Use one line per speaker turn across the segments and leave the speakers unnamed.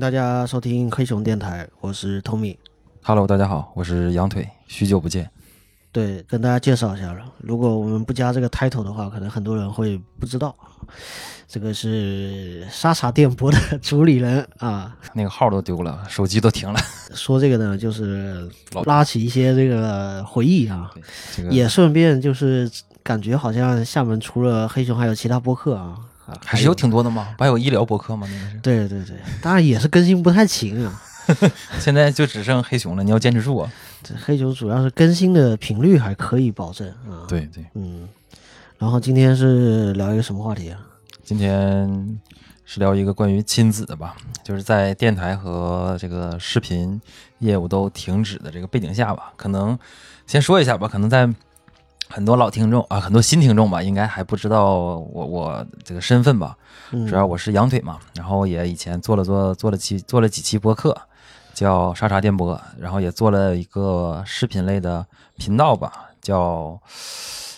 大家收听黑熊电台，我是 Tommy。
Hello，大家好，我是羊腿，许久不见。
对，跟大家介绍一下了。如果我们不加这个 title 的话，可能很多人会不知道，这个是沙茶电波的主理人啊。
那个号都丢了，手机都停了。
说这个呢，就是
老
拉起一些这个回忆啊，
这个
也顺便就是感觉好像厦门除了黑熊，还有其他播客啊，啊
还是有挺多的嘛，不还有医疗博客吗？那个是，
对对对，当然也是更新不太勤啊。
现在就只剩黑熊了，你要坚持住啊。
这黑熊主要是更新的频率还可以保证啊。
对对，
嗯，然后今天是聊一个什么话题啊？
今天是聊一个关于亲子的吧，就是在电台和这个视频业务都停止的这个背景下吧，可能先说一下吧，可能在很多老听众啊，很多新听众吧，应该还不知道我我这个身份吧。
嗯
主要我是羊腿嘛，然后也以前做了做做了期做了几期播客，叫沙茶电波，然后也做了一个视频类的频道吧，叫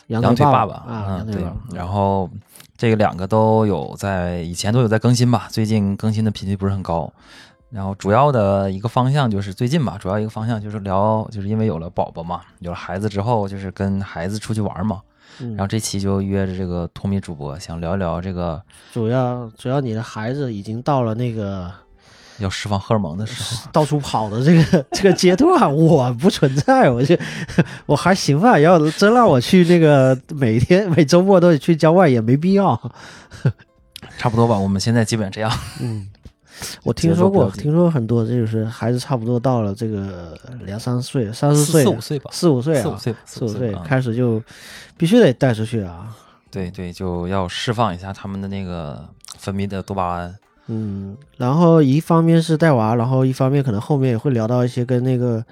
羊
羊
腿
腿
爸
爸
啊，
嗯
羊腿
对
爸爸，。
然后这个两个都有在以前都有在更新吧，最近更新的频率不是很高。然后主要的一个方向就是最近吧，主要一个方向就是聊，就是因为有了宝宝嘛，有了孩子之后，就是跟孩子出去玩嘛。
嗯
然后这期就约着这个托米主播，想聊一聊这个
主要主要你的孩子已经到了那个
要释放荷尔蒙的时候。
到处跑的这个 这个阶段，我不存在，我这 我还行吧。要真让我去那个每天 每周末都得去郊外，也没必要。
差不多吧，我们现在基本这样。
嗯，我听说
节奏
过，
比较紧
听说很多就是孩子差不多到了这个两三岁、三四岁、
四五岁吧，
四五岁
四五
啊，
岁，
四五
岁
岁
啊
开始就必须得带出去啊。
对对，就要释放一下他们的那个分泌的多巴胺。
嗯，然后一方面是带娃，然后一方面可能后面也会聊到一些跟那个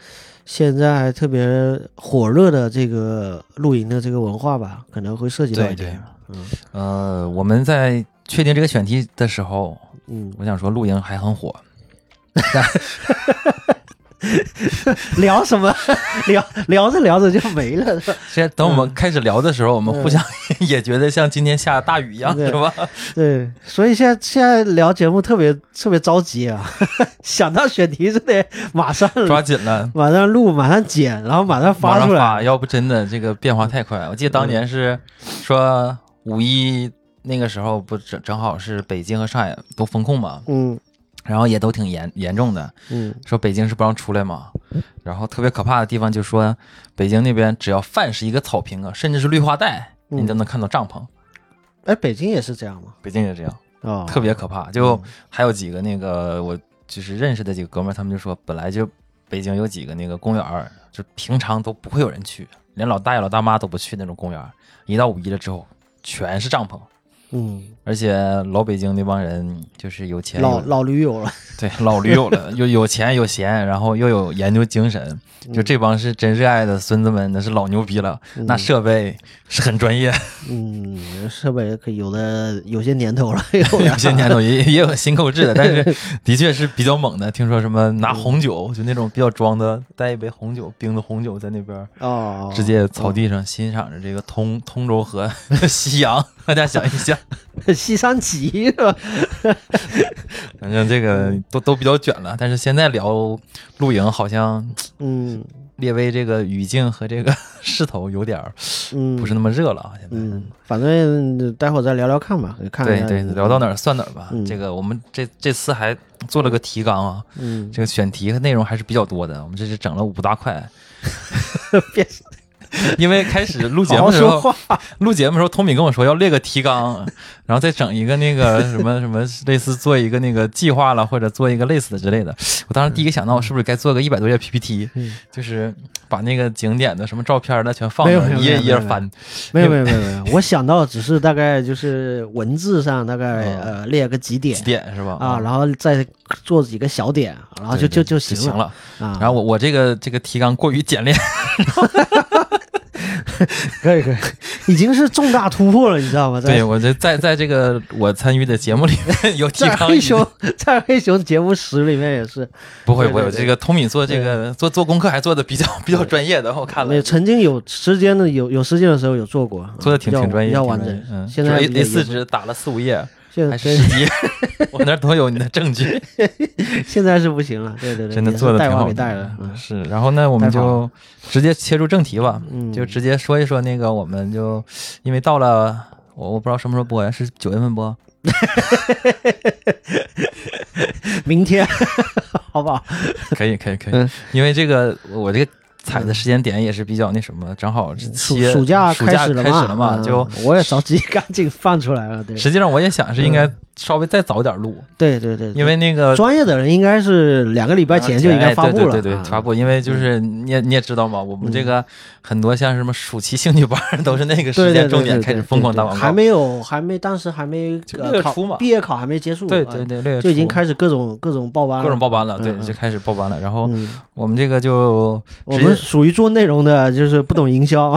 现在还特别火热的这个露营的这个文化吧，可能会涉及到一
对
点。
对
嗯
呃，我们在确定这个选题的时候，
嗯，
我想说露营还很火，
聊什么？ 聊聊着聊着就没了， 是吧
现在等我
嗯
们开始聊的时候，我们互相 也觉得像今天下大雨一样，
对
是吧？
对，所以现在现在聊节目特别特别着急啊， 想到选题就得马上
抓紧了。
马上录，马上剪，然后马上
马
发
上
出
发，
来。
要不真的这个变化太快。我记得当年是说五一那个时候，不正正好是北京和上海都封控嘛，
嗯
然后也都挺严严重的。
嗯，
说北京是不让出来嘛，然后特别可怕的地方就说北京那边只要饭是一个草坪啊，甚至是绿化带，
嗯
你都能看到帐篷。
哎，北京也是这样吗？
北京也这样，
哦，
特别可怕。就还有几个那个我就是认识的几个哥们儿，他们就说本来就北京有几个那个公园儿，就平常都不会有人去，连老大爷老大妈都不去那种公园儿，一到五一了之后全是帐篷。
嗯，
而且老北京那帮人就是有钱
老
有
老驴友了。
对，老驴友了，又有钱有闲，然后又有研究精神，就这帮是真热爱的孙子们，那是老牛逼了，那设备是很专业，
嗯，设备可有的有些年头了，有
有
的
些年头也也有新购置的，但 是的确是比较猛的。听说什么拿红酒，就那种比较装的，带一杯红酒，冰的红酒在那边。
哦，
直接草地上欣赏着这个通通州河 夕阳，大家想一想，
西三旗是吧？
反正这个都都比较卷了。但是现在聊露营，好像
嗯
略微这个语境和这个 势头有点儿
嗯，
不是那么热了啊，现在。
嗯，反正待会儿再聊聊看吧，看
对
看
对，聊到哪儿算哪儿吧。
嗯
这个我们这这次还做了个提纲啊，
嗯，
这个选题和内容还是比较多的。我们这是整了五大块，
别
因为开始录嗯节
好好
目的时
说
候，
话。
录节目的时候，通敏跟我说要列个 提纲，然后再整一个那个什么 什么，类似做一个那个计划了，或者做一个类似的之类的。我当时第一个想到，我是不是该做个一百多页 PPT，
嗯
就是把那个景点的什么照片的全放
没有
上，
没有
一页一
没有
页
没有
翻。
没有没有没有没有，我想到只是大概就是文字上大概
嗯
呃列个几点
几点是吧？
啊，，然后再做几个小点，然后就
对
就
对
就
行
行了
了。
啊。
然后我我这个这个提纲过于简练，
可以可以，已经是重大突破了，你知道吗？在
对我这在在这个我参与的节目里 面有提
在
纲已
黑
经，
熊在黑熊节目十里面也是，
不会不
对
会，
对
这个通敏做这个做做功课还做的比较比较专业的，我看了
也曾经有时间的有有时间的时候有做过，
做的挺
比较
挺专业，
比较
挺
完
专业
整。
嗯，
现在
A
也
A 四纸打了四五页，
现在
还
真
是十级，我那儿都有你的证 据，
现在是不行了，对对对，
真的
也是
做的
带
挺
娃
好
给带
的
了，。嗯
是，然后呢，我们
太棒
就直接切入正题吧，
嗯
就直接说一说那个，我们就因为到了。我我不知道什么时候播呀，是九月份播，
明天好不好？
可以可以可以
嗯，
因为这个我我这个采的时间点也是比较那什么，正好是
暑
七月
嗯暑假
暑假
始了
开
嘛，
始了嘛，
嗯
就
我也着急， 赶紧放出来了。对
实际上我也想是应该稍微再早点录，
对对嗯对，对
因为那个
专业的人应该是两个礼拜前就应该发布了，
哎对对对对
啊嗯
发布，因为就是你也你也知道嘛，我们这个很多像什么暑期兴趣班儿都是那个时
对对
间
对
重点
对
开始
对
疯狂
对
打
对
广
还
告，
没有，还没，当时还没
就
呃
六月
考
初嘛
毕业考还没结束，
对
啊
对对，六月
就已经
初
开始各种各种报班了，
各种报班了，对
嗯，嗯
就开始报班了。然后
嗯，
我们这个就
我
直
们
接
属于做内容的，就是不懂营 销，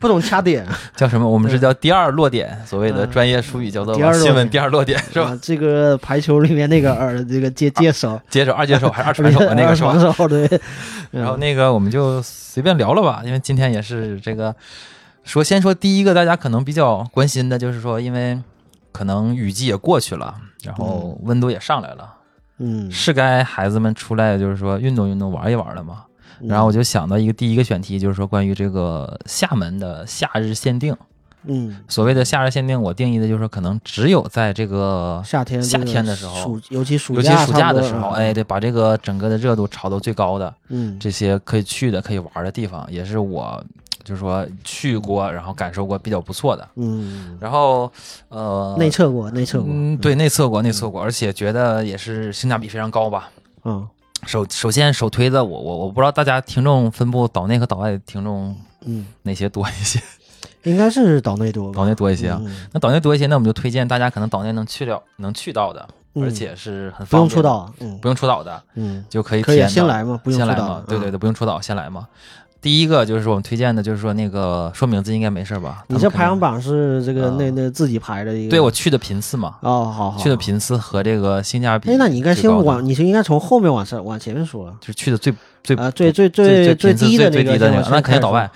不懂掐点，
叫什么？我们是叫第二落点，所谓的专业术语叫做
嗯第二落点
新闻第二落点是吧？
啊？这个排球里面那个耳，这个接接手，
接手二接手还是二传手啊的那 个
二
是吧
传？手对， 嗯
然后那个我们就随便聊了吧，因为今天也是这个说先说第一个大家可能比较关心的，就是说因为可能雨季也过去了，然后温度也上来了，
嗯，
是该孩子们出来就是说运动运动玩一玩了嘛。
嗯
然后我就想到一个第一个选题，就是说关于这个厦门的夏日限定。
嗯，
所谓的夏日限定，我定义的就是说可能只有在这个
夏天
夏
这个
天的时候
暑尤其暑
尤其
假
暑假
差不
的
多
时候，
啊
哎，对，把这个整个的热度炒到最高的，
嗯，
这些可以去的、可以玩的地方，也是我就是说去过，然后感受过比较不错的。
嗯，
然后呃，
内测过，内测过，
嗯，对，内测过，内测过，而且觉得也是性价比非常高吧。
嗯
首首先首推的我我我不知道大家听众分布岛内和岛外的听众
嗯，
哪些多一 些，
应该是岛内多吧，
岛内多一些啊。
嗯
那岛内多一些，那我们就推荐大家可能岛内能去了能去到的，
嗯
而且是很
不用
方便的
出，岛，嗯
不用出岛的
嗯，
就可以
可
体
以
验
先
到
来嘛，不用
先
出嗯
来
岛
嘛，，对对对，不用出岛，先来嘛。第一个就是我们推荐的，就是说那个说名字应该没事吧？
你这排行
榜
榜是这个
啊
那那自己排的一个？
对我去的频次嘛，
哦，好好
去的。频次和这个性价
哎
比最高的。，
那你应该先往，你是应该从后面往上往前面说啊。
就是去的最最
啊，最最最
最频次
低
最
那
最低
个
的
先往
那个，
前
那肯定
开
岛
始
外，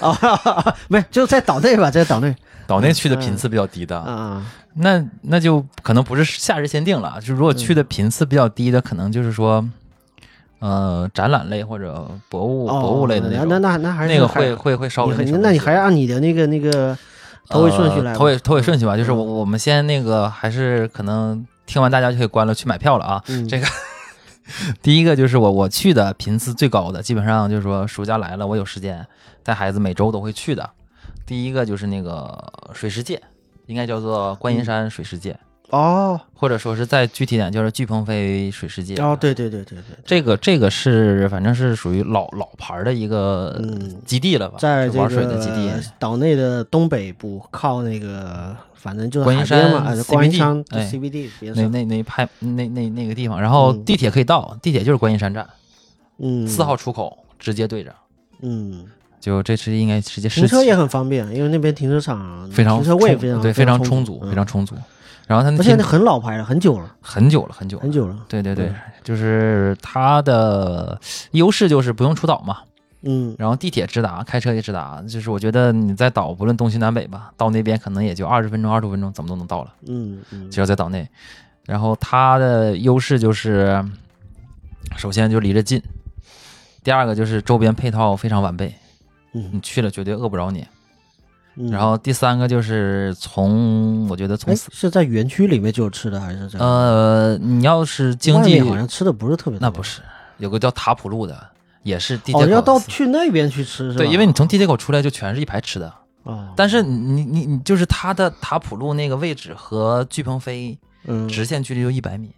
啊，哈哈哈没就在岛内吧，在岛内
岛内
嗯
去的频次比较低的，
啊，
那那就可能不是夏日限定了。就如果
嗯
去的频次比较低的，可能就是说，呃，展览类或者博物
哦
博物类的
那
种，
那那那还是
那个
还
会会会稍
你
微
还
什么
那
一
你
些
还按你的那个那个头尾顺序来嗯
呃
吧，
头尾头尾顺序吧，就是我我们先那个还是可能听完大家就可以关了去买票了啊。
嗯
这个第一个就是我我去的频次最高的，基本上就是说暑假来了，我有时间带孩子每周都会去的。第一个就是那个水世界，应该叫做观音山水世界，
哦
或者说是再具体点就是巨鹏飞水世界。
哦，对对对对对，
这个这个是反正是属于老老牌儿的一个
嗯
基地了吧，
在
就
这
呃玩水的基地。啊
个岛内的东北部，靠那个反正就是
观音
海边嘛，
山
哎观音
CBD
山
哎
CBD 边
那
上，
那那一派那那那个地方，然后
嗯
地铁可以到，地铁就是观音山站
嗯，
四号出口直接对着，
嗯，
就这是应该直接
停
市
车
区
也很方便，因为那边停车场
非常
停车位
充
非常
对
非
常
充
足，
嗯
非常充足。然后它那
而且
天
那很老牌了，很久了，
很久了，很久了
很，久了，
对对对
嗯，
就是它的优势就是不用出岛嘛，
嗯，
然后地铁直达，开车也直达，就是我觉得你在岛不论东西南北吧，到那边可能也就二十分钟、二十分钟，怎么都能到了。
嗯嗯
只要在岛内。然后它的优势就是，首先就离着近，第二个就是周边配套非常完备，你
嗯
去了绝对饿不着你。
嗯，
然后第三个就是从我觉得从
哎是在园区里面就有吃的还是在
呃，你要是经
外
济
面好像吃的不是特别多
那不是有个叫塔普路的，也是地
哦，
铁
要到
口。
去那边去吃是吧？
对，因为你从地铁口出来就全是一排吃的，
哦，
但是你你你就是它的塔普路那个位置和巨鹏飞
嗯，
直线距离就一百米，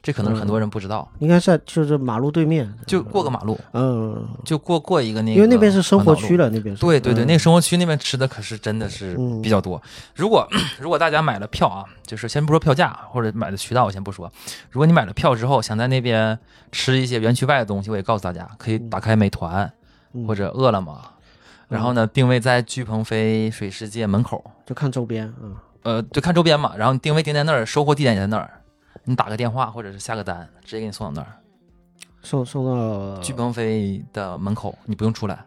这可能是很多人不知道，
应该在就是马路对面，
就过个马路，
嗯，
就过过一个那个，
因为那边是生活区
了。
了，那边是
对对对，
嗯
那个生活区那边吃的可是真的是比较多。如果如果大家买了票啊，就是先不说票价啊或者买的渠道，我先不说。如果你买了票之后，想在那边吃一些园区外的东西，我也告诉大家，可以打开美团
嗯
或者饿了么，然后呢定位在巨鹏飞水世界门口，
就看周边，嗯
呃，就看周边嘛。然后你定位定在那儿，收货地点也在那儿，你打个电话或者是下个单，直接给你送到那儿。
送送到
巨鹏飞的门口，你不用出来。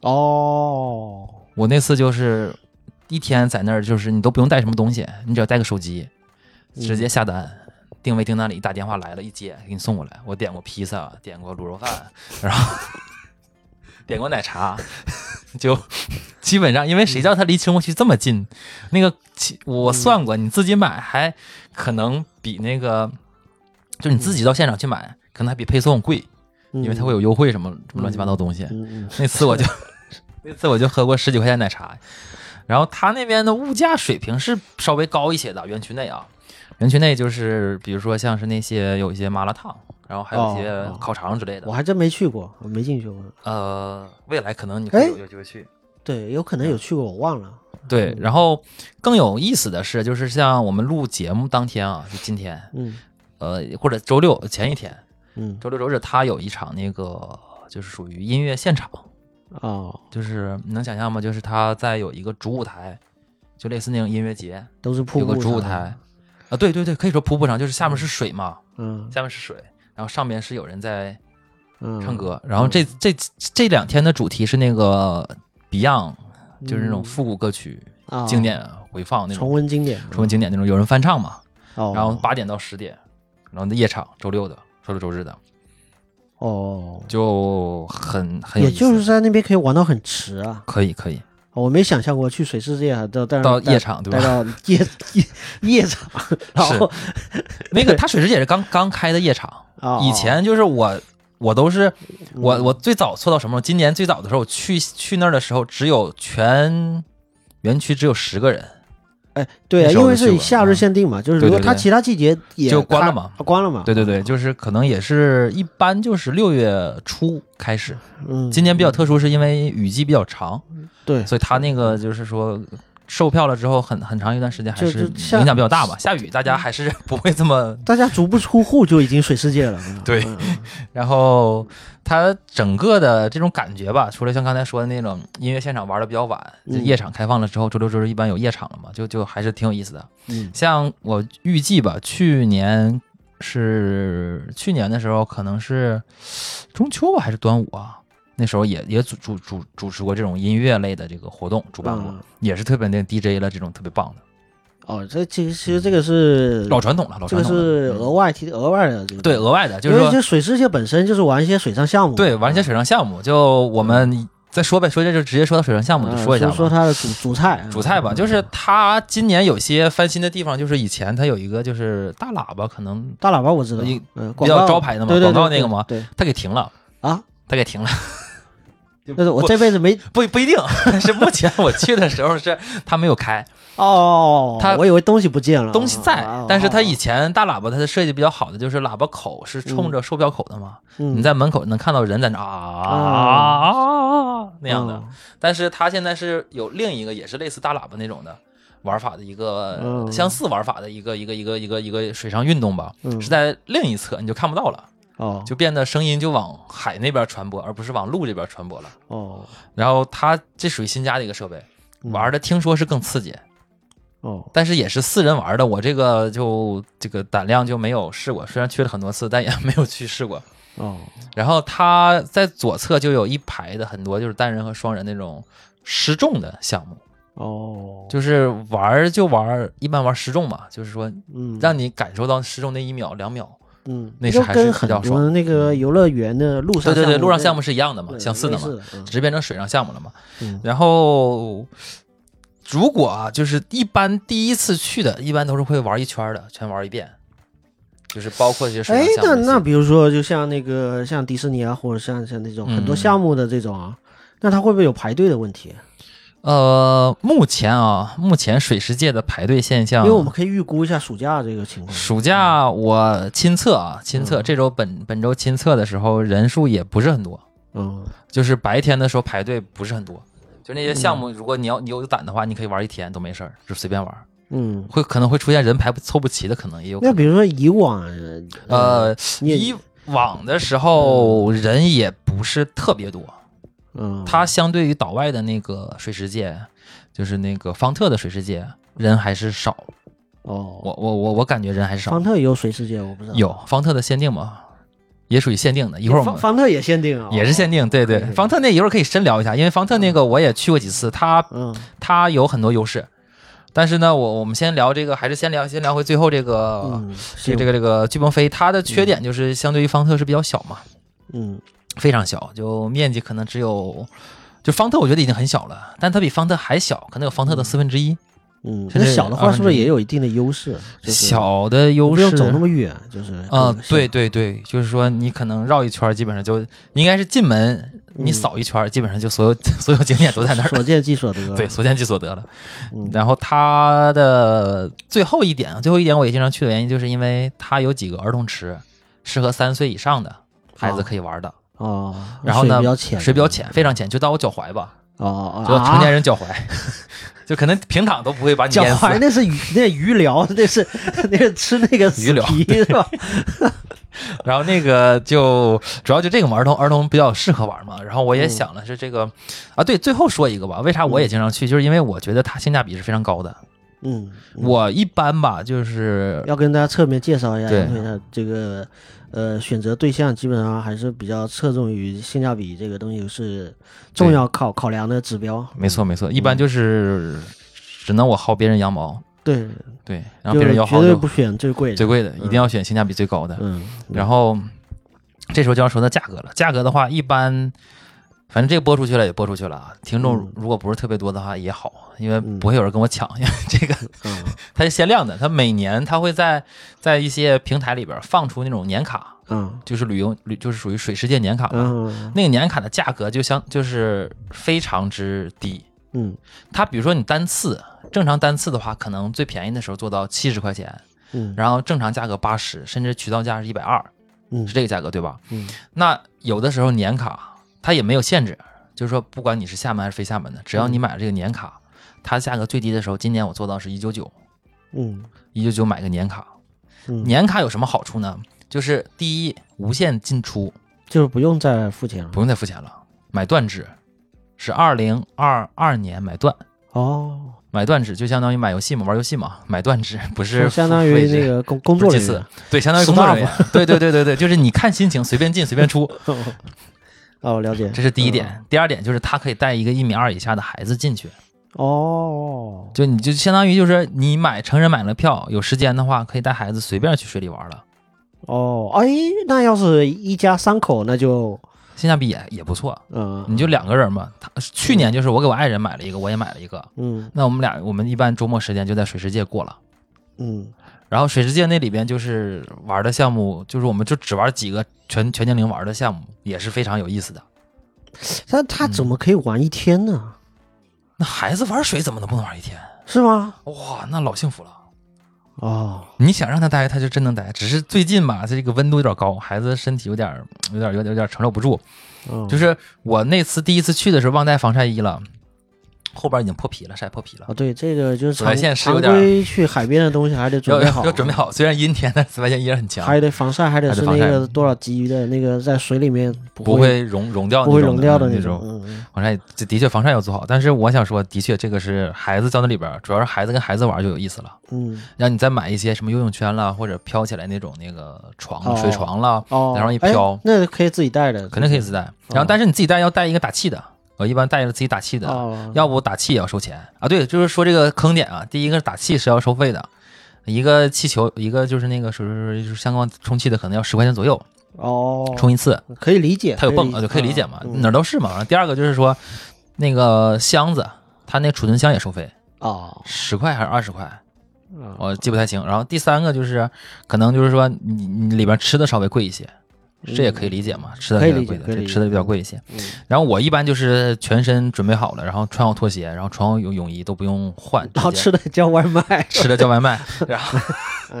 哦，
我那次就是一天在那儿，就是你都不用带什么东西，你只要带个手机，直接下单，定位定那里，打电话来了，一接给你送过来。我点过披萨，点过卤肉饭，然后点过奶茶，就基本上，因为谁叫他离清宫区这么近？那个其我算过，你自己买还可能比那个，就你自己到现场去买，可能还比配送贵，因为它会有优惠什么什么乱七八糟东西。
嗯嗯
那次 我就那次我就喝过十几块钱奶茶，然后他那边的物价水平是稍微高一些的，园区内啊，园区内就是比如说像是那些有一些麻辣烫，然后还有一些
哦哦
烤肠之类的。
我还真没去过，我没进去过。
呃，未来可
哎
能你可以有有机会去。
对，有可
嗯
能有去过，我忘了。
对，然后更有意思的是，就是像我们录节目当天啊，就今天，
嗯
呃，或者周六前一天，
嗯
周六周日他有一场那个就是属于音乐现场，
哦，
就是你能想象吗？就是他在有一个主舞台，就类似那种音乐节，
都是瀑
有
布
个主舞
上的
台，啊，对对对，可以说瀑布上，就是下面是水嘛，
嗯
下面是水，然后上面是有人在
嗯，
唱歌，然后这这这两天的主题是那个 Beyond，就是那种
嗯
复古歌曲、
啊
经典回放那
重
种
温经典，
重温经典那种，有人翻唱嘛，
哦，
然后八点到十点，然后夜场，周六的，周六周日的，
哦，
就很很有
也
意思，
就是在那边可以玩到很迟啊，
可以可以
我没想象过去水世界还啊到但是
到夜场对
待
吧？
到夜夜夜 场，然后
那个他水师也是刚刚开的夜场，
啊
以前就是我。我都是我
嗯
我最早错到什么时候？今年最早的时候，我去去那儿的时候，只有全园区只有十个人，
哎对
那
啊，
时候
因为
就去
是以
过嗯
夏日限定嘛，就是
对
如果
对
它
对
其他季节也
就关
开
了嘛
啊关了嘛，
对对对，就是可能也是一般就是六月初开始。
嗯，
今年比较特殊，是因为雨季比较长，
对，
所以他那个就是说售票了之后很很长一段时间还
就是下
影响比较大吧。下雨大家还是不会这么。
大家足不出户就已经水世界了，嗯
对
嗯
然后它整个的这种感觉吧，除了像刚才说的那种音乐现场玩的比较晚，就
嗯
夜场开放了之后，周六周日一般有夜场了嘛，就就还是挺有意思的。
嗯
像我预计吧，去年是去年的时候，可能是中秋吧，还是端午啊？那时候也也主主主主持过这种音乐类的这个活动，主办过，
嗯
也是特别那 DJ 了这种特别棒的，
哦，这其实其实这个是
嗯老传统了，老
这
传
个
统了嗯
是额外提额外的这个
对额外的，就
因
是
为
说
这水世界本身就是玩一些水上项目，
对玩一些水上项目，就我们再说呗，说这就直接说到水上项目就
嗯
说一下吧。
说它的主主菜， 嗯
主菜吧，就是它今年有些翻新的地方，就是以前它有一个就是大喇叭，可能
大喇叭我知道
一，
嗯，
比
广
较
告
招牌的嘛
对对对
广告那个嘛
对对
它给停了，
啊，
它给停了。
但是我
不
这辈子没
不不一定， 是目前我去的时候是他没有开，
哦，
它
我以为东西不见了，
东西在
哦，
但是他以前大喇叭它的设计比较好的就是喇叭口是冲着售票口的嘛，
嗯
你在门口能看到人在那啊啊那样的，但是他现在是有另一个也是类似大喇叭那种的。玩法的一个
嗯
相似玩法的一个一个一个一个一个水上运动吧，
嗯
是在另一侧你就看不到了，
哦
就变得声音就往海那边传播，而不是往陆这边传播了。
哦
然后它这属于新加的一个设备，玩的听说是更刺激，
哦
但是也是四人玩的，我这个就这个胆量就没有试过，虽然去了很多次，但也没有去试过。
哦
然后它在左侧就有一排的很多就是单人和双人那种失重的项目，
哦，
就是玩儿就玩儿，一般玩失重嘛，就是说
嗯
让你感受到失重那一秒两秒。
嗯，
那是
就
还是
跟
比
很
较
多
爽嗯
那个游乐园的路上
对对对，路上项
目
目是一样的嘛，
对
相似的嘛，，
类
只
似
是变成水上项目了嘛。
嗯嗯
然后，如果啊，就是一般第一次去的，一般都是会玩一圈儿的，全玩一遍，就是包括这些水
哎，
上
那
项目
那
一起。
比如说，就像那个像迪士尼啊，或者像像那种很多
嗯
项目的这种啊，那它会不会有排队的问题？
呃，目前啊，目前水世界的排队现象，
因为我们可以预估一下暑假这个情况。
嗯暑假我亲测啊，亲
嗯
测这周本本周亲测的时候，人数也不是很多，
嗯，
就是白天的时候排队不是很多。就那些项
嗯
目，如果你要你有胆的话，你可以玩一天都没事儿，就随便玩儿。
嗯，
会可能会出现人排不凑不齐的，可能也有可
那
能。
比如说以往，
呃，，
你也
以往的时候人也不是特别多，
嗯，
它相对于岛外的那个水世界，就是那个方特的水世界，人还是少。
哦，
我我我我感觉人还是少
方。特也有水世界，我不知道。
有方特的限定吗？也属于限定的，一会儿我
方
们。
方特也限定啊，
也是限定，对对，
可以
方特那一会儿可以深聊一下，因为方特那个我也去过几次，它
嗯
它有很多优势，但是呢，我我们先聊这个，还是先聊先聊回最后这个、
嗯，是
这个呃这个这个巨鹏飞，它的缺点就是相对于方特是比较小嘛，
嗯
非常小，就面积可能只有。就方特，我觉得已经很小了，但它比方特还小，可能有方特的四分之一。
嗯，
这
那
是
小的
二
话
分
是不是
之一
也有一定的优势？就是
小的优
不
势
用走那么远，就是
啊、
更小
对对对，就是说你可能绕一圈儿，基本上就你应该是进门，你
嗯
扫一圈儿，基本上就所有 所有景点都在那儿了，
所见即所得。
对，所见即所得了。
嗯
然后它的最后一点，最后一点我也经常去的原因，就是因为它有几个儿童池，适合三岁以上的孩子可以玩的。
哦，
然后呢，
啊水比较浅，
水比较浅，非常浅，就到我脚踝吧，
哦，
就到成
啊
年人脚踝， 就可能平躺都不会把你
脚
淹死。
啊踝那是鱼，那鱼疗， 那是那是吃那个死
鱼疗
皮是 吧？
然后那个就主要就这个嘛，儿童儿童比较适合玩嘛。然后我
嗯
也想了是这个、啊，对，最后说一个吧，为啥我也经常去，就是因为我觉得它性价比是非常高的。
嗯，嗯
我一般吧，就是
要跟大家侧面介绍一下，
对
因为它这个呃选择对象基本上还是比较侧重于性价比这个东西是重要考考量的指标。
没错没错，一般就是只能我薅别人羊毛，
对，
对，然后
就
别
是
人要
绝
薅
对
就
不选最贵的。
最贵的，一定要选性价比最高的。
嗯，
然后这时候就要说到价格了，价格的话一般。反正这个播出去了也播出去了啊，听众
嗯
如果不是特别多的话也好，因为
嗯
不会有人跟我抢，因为 这个
嗯
它是限量的，它每年它会在在一些平台里边放出那种年卡，
嗯
就是旅游旅就是属于水世界年卡嘛。
嗯
那个年卡的价格就相就是非常之低，
嗯
它比如说你单次正常单次的话，可能最便宜的时候做到七十块钱，
嗯
然后正常价格八十，甚至渠道价是一百二，
嗯
是这个价格对吧？
嗯
那有的时候年卡它也没有限制，就是说不管你是厦门还是非厦门的，只要你买了这个年卡，它价格最低的时候，今年我做到是一九九，
嗯
一九九买个年卡。
嗯，
年卡有什么好处呢？就是第一，无限进出，
就是不用再付钱了
不。用再付钱了。买断制是二零二二年买断，
哦，
买断制就相当于买游戏嘛，玩游戏嘛， 买断制不是
相当于
付费制
那个工工作
不是
人
祭祀
员。
对，相当于工作人员。对对对对对，就是你看心情随便进随便 出，
哦，了解。
这是第一点。第二点就是他可以带一个一米二以下的孩子进去，
哦，
就你就相当于就是你买成人买了票，有时间的话可以带孩子随便去水里玩了，
哦，哎，那要是一家三口，那就
性价比也也不错。
嗯，
你就两个人嘛，他去年就是我给我爱人买了一个，我也买了一个，
嗯
那我们俩，我们一般周末时间就在水世界过了。
嗯
然后水世界那里边就是玩的项目，就是我们就只玩几个全全年龄玩的项目，也是非常有意思的。
但他怎么可以玩一天呢？
那孩子玩水怎么能不能玩一天？
是吗？
哇，那老幸福了。
哦，
你想让他待，他就真能待。只是最近吧，这个温度有点高，孩子身体有点、有点、有点、有点承受不住。
嗯
就是我那次第一次去的时候忘带防晒衣了，后边已经破皮了，晒破皮了
啊，。对，这个就是
紫外
常
线是有
常
点
规去海边的东西还得准
要
备好，
要准备，好，虽然阴天，但紫外线依然很强，
还得防晒，还得
还得
是
防
那
晒
个多少级的那个在水里面
不
会
会溶溶掉那
不
种
会溶掉的
那
种
种。。
嗯
防晒这的确防晒要做好，但是我想说，的确这个是孩子到那里边儿，主要是孩子跟孩子玩就有意思了。
嗯，嗯
让你再买一些什么游泳圈啦，或者飘起来那种那个床、
哦
水床啦，
哦，
然后一
哎
飘
那可以自己带的，
肯定可以自带。
哦
然后但是你自己带要带一个打气的，我一般带着自己打气的，
哦，
要不打气也要收钱啊。对，就是说这个坑点啊，第一个是打气是要收费的。一个气球，一个就是那个水水就是相关充气的，可能要十块钱左右
哦，
充一次，
可以理解，
它有泵
解
啊，就可以理解嘛，
嗯
哪儿都是嘛。然后第二个就是说，那个箱子，它那储存箱也收费，
哦，
十块还是二十块，
嗯
我记不太清。然后第三个就是，可能就是说你你里边吃的稍微贵一些，这也可以理解嘛，吃
嗯
的
可以
比较
理
贵
解
的，
可以
这
理
吃的
解
比较贵一些。
嗯
然后我一般就是全身准备好了，然后穿好拖鞋，然后穿好泳泳衣都不用换，
然后哦吃
直接
嗯的叫外卖，
吃了叫外 卖，然后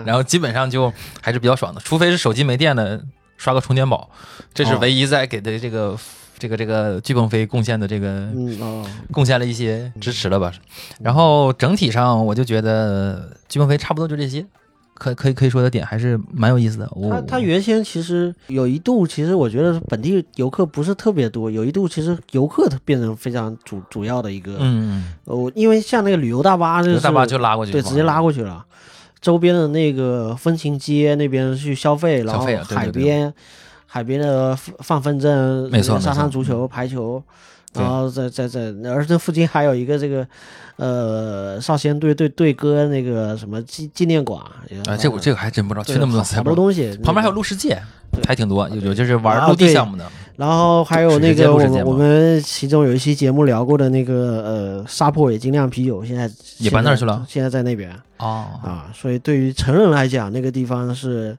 然后基本上就还是比较爽的，除非是手机没电了，刷个充电宝，这是
哦
唯一在给的这个这个这个巨鹏飞贡献的这个
嗯哦，
贡献了一些
嗯
支持了吧。然后整体上我就觉得巨鹏飞差不多就这些，可可以可以说的点还是蛮有意思的。我
它它原先其实有一度，其实我觉得本地游客不是特别多，有一度其实游客变成非常主主要的一个，
嗯，
哦，因为像那个旅游大巴就是
大巴就拉过去，
对直接拉过去了，周边的那个风情街那边去消费，然
消
后
费啊对对
海
对
边海边的放风筝，
没错
沙
没错嗯
滩足球、排球，
对
然后在在在，而这附近还有一个这个，呃，少先队队队歌那个什么纪纪念馆
啊，这我这个还真不知道，去那么多次
好多东西，
旁边还有
路，
陆世界，
对
还挺多，有有就是玩
啊
陆地
对
项目的，
然后还有那
直接
个
录
我
制
们
节目啊
我们其中有一期节目聊过的那个呃沙坡尾精酿啤酒，现在
也搬那儿去了
现在现在在那边
哦，
啊，所以对于成人来讲，那个地方是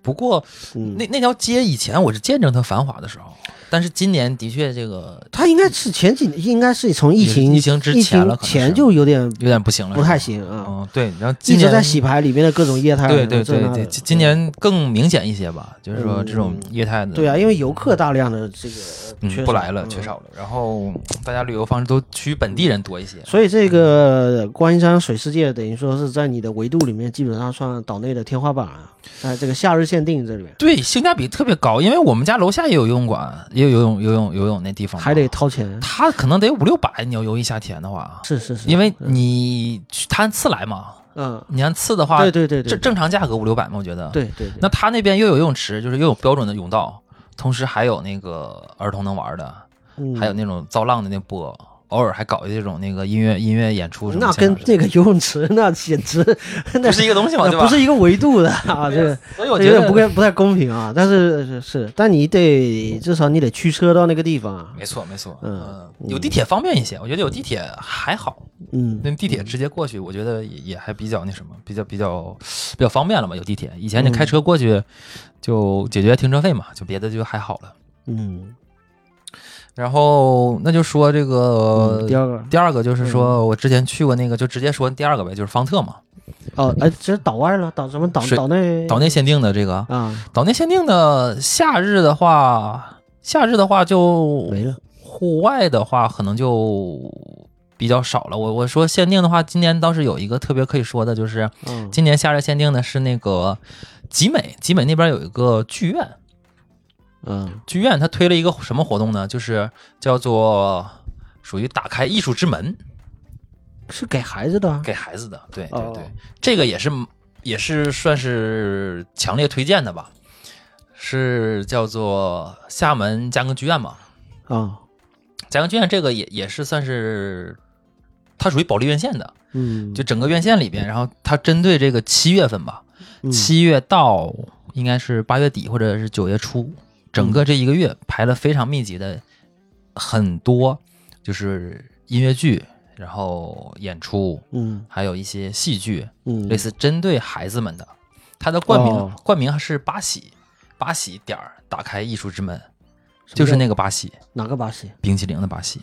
不过
嗯，
那那条街以前我是见证它繁华的时候，但是今年的确这个
它应该是前几应该是从疫情
疫情之
疫
前
情
了可能是
前就有点
有点不行了，
不太
是吧。
行啊，
嗯，对，然后
一
今
直
年
在洗牌里面的各种业态，啊
对对
这
对
那
对，
的
今今年更明显一些吧，就是说这种业态的，
对啊，因为游客大量的这个呃缺
嗯，
少
不来了，
嗯
缺少了，然后大家旅游方式都趋于本地人多一些，
所以这
嗯
个观音山水世界等于说是在你的维度里面，基本上算岛内的天花板啊，在这个夏日限定这里面
对，性价比特别高，因为我们家楼下也有游泳馆，也有游泳游泳游泳那地方嘛，
还得掏钱。
他可能得五六百，你要游一夏天的话，
是是是，
因为你去他按次来嘛，
嗯，
你按次的话，
对对对对
正，正常价格五六百嘛，我觉得。。
对对对，
那他那边又有游泳池，就是又有标准的泳道，同时还有那个儿童能玩的，
嗯
还有那种造浪的那波，偶尔还搞一这种那个音乐音乐演出什么
那
现场
跟
的。
那个游泳池那简直 那
不是一个东西嘛，
那
对吧？
不是一个维度 的啊，这个。
所以我
这
觉
有
得
点不跟不太公平啊，但是是是，但你得至少你得驱车到那个地方啊，
没错没错，
嗯
呃有地铁方便一些，我觉得有地铁还好，
嗯，
那地铁直接过去，我觉得也也还比较那什么，比较比较比较方便了嘛。有地铁，以前你开
嗯
车过去就解决停车费嘛，就别的就还好了。
嗯，
然后那就说这
嗯
个
第二嗯个
第二个就是说我之前去过那个，就直接说第二个呗，就是方特嘛，
哦，哎，这是岛外了，岛什么岛
水
岛内
岛内限定的这个
啊
岛内限定的夏日的话，夏日的话就
没了，
户外的话可能就比较少了。我我说限定的话，今年倒是有一个特别可以说的，就是。
嗯
今年夏日限定的是那个集美，集美那边有一个剧院，
嗯
剧院它推了一个什么活动呢？就是叫做属于打开艺术之门
是给孩子的啊，
给孩子的，对对
哦
对，这个也是也是算是强烈推荐的吧，是叫做厦门嘉庚剧院嘛，
啊，
嘉庚剧院这个也也是算是它属于保利院线的，
嗯，
就整个院线里边，然后它针对这个七月份吧，
嗯
七月到应该是八月底或者是九月初，整个这一个月排了非常密集的很多，就是音乐剧，然后演出，
嗯
还有一些戏剧，
嗯
类似针对孩子们的。它的冠名、
哦
冠名是八喜，八喜点儿打开艺术之门，
什么
就是
叫
那个八喜
哪个巴西
冰淇淋的八喜。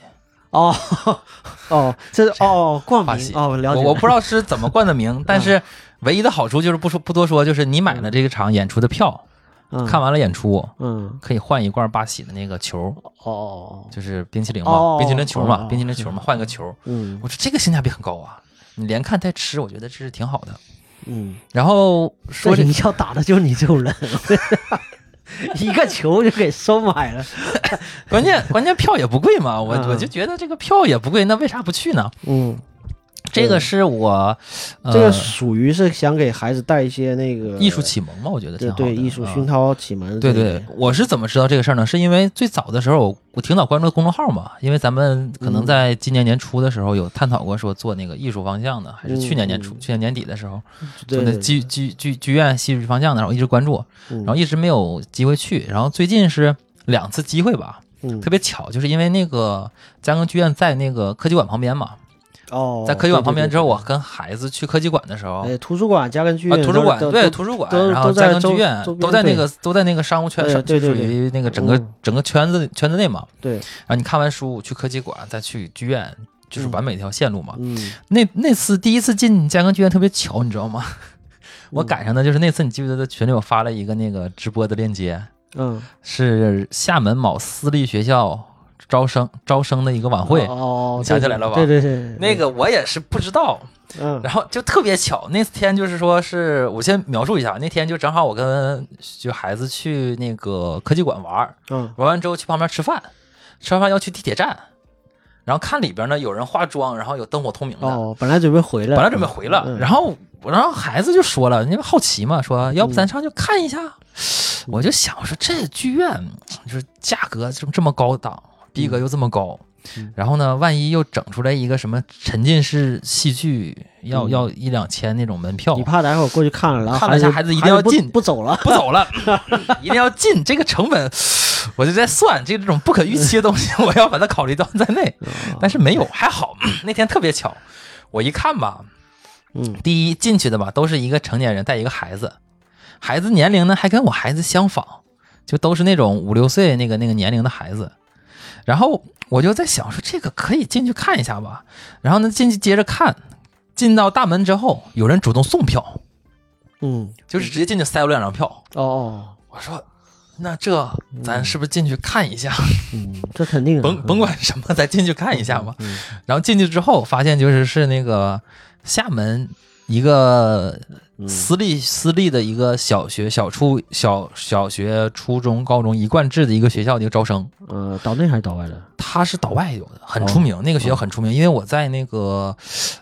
哦 哦，这是哦冠
巴
名
西
哦，了解
我
了，
我不知道是怎么冠的 名，但是唯一的好处就是不说不多说，就是你买了这个场演出的票，
嗯
看完了演出，
嗯
可以换一罐八喜的那个球，
哦
就是冰淇淋嘛，
哦
冰淇淋球嘛，
哦
冰淇淋球嘛，换个球。
嗯
我说这个性价比很高啊，你连看带吃，我觉得这是挺好的。
嗯，
然后说这
你要打的就是你这种人。 一个球就给收买了，
关键关键票也不贵嘛，我
嗯
我就觉得这个票也不贵，那为啥不去呢？
嗯，
这个是我呃
这个属于是想给孩子带一些那个
艺术启蒙嘛，我觉得挺
对
好
对
的。
艺术
嗯
熏陶启蒙这
对
一类，
对，我是怎么知道这个事儿呢？是因为最早的时候，我我挺早关注公众号嘛，因为咱们可
嗯
能在今年年初的时候有探讨过，说做那个艺术方向的，还是去年年初、
嗯
去年年底的时候
对
做那
对
剧剧剧剧院戏剧方向的，然后一直关注，
嗯
然后一直没有机会去，然后最近是两次机会吧，
嗯
特别巧，就是因为那个嘉庚剧院在那个科技馆旁边嘛，
哦，
在科技馆旁边之后，
对
我跟孩子去科技馆的时候
对对。哎，图书馆、家跟剧
啊，
院
图
都
书
是
馆
都
对
都
图书馆，
都
然
都
后
在
嘉庚
周
剧院
周边
都在那
对
个都在那个商务圈
哎
上，
对
就属
对对
于那个整个
嗯
整个圈子圈子内嘛。
对，
然后你看完书去科技馆，再去剧院，就是完美一条线路嘛。
嗯，
那那次第一次进嘉庚剧院特别巧，你知道吗？
嗯
我赶上的就是那次，你记不记得在群里我发了一个那个直播的链接，
嗯，
是厦门某私立学校招生招生的一个晚会。
哦，
你想起来了吧
对对对，
那个我也是不知道，
对嗯
然后就特别巧，那天就是说是我先描述一下，那天就正好我跟就孩子去那个科技馆玩儿，
嗯
玩完之后去旁边吃饭，吃完饭要去地铁站，然后看里边呢有人化妆，然后有灯火通明的，
哦，本来准备回来，
本来准备回了，
嗯
然后我然后孩子就说了，因为好奇嘛，说要不咱上去看一下，
嗯
我就想我说这剧院就是价格这么这么高档，逼格又这么高，
嗯
然后呢，万一又整出来一个什么沉浸式戏剧，要、
嗯
要一两千那种门票，
你怕待会儿过去看了，然后
看了一下
子
孩子一定
子
要
不
进
不走了。
不 走了，一定要进。这个成本，我就在算这种不可预期的 东西，我要把它考虑到在内。
哦
但是没有，还好那天特别巧，我一看吧，
嗯，
第一进去的吧都是一个成年人带一个孩子，孩子年龄呢还跟我孩子相仿，就都是那种五六岁那个那个年龄的孩子。然后我就在想说，这个可以进去看一下吧。然后呢，进去接着看，进到大门之后，有人主动送票，
嗯，
就是直接进去塞我两张票。
哦哦，
我说，那这咱是不是进去看一下？
嗯，这肯定啊
甭甭管什么，咱进去看一下吧。
嗯
然后进去之后，发现就是是那个厦门一个
嗯
私立私立的一个小学、小初小小学、初中、高中一贯制的一个学校的一个招生，
呃，岛内还是岛外的？
它是岛外有的，很出
哦
名。那个学校很出名，因为我在那个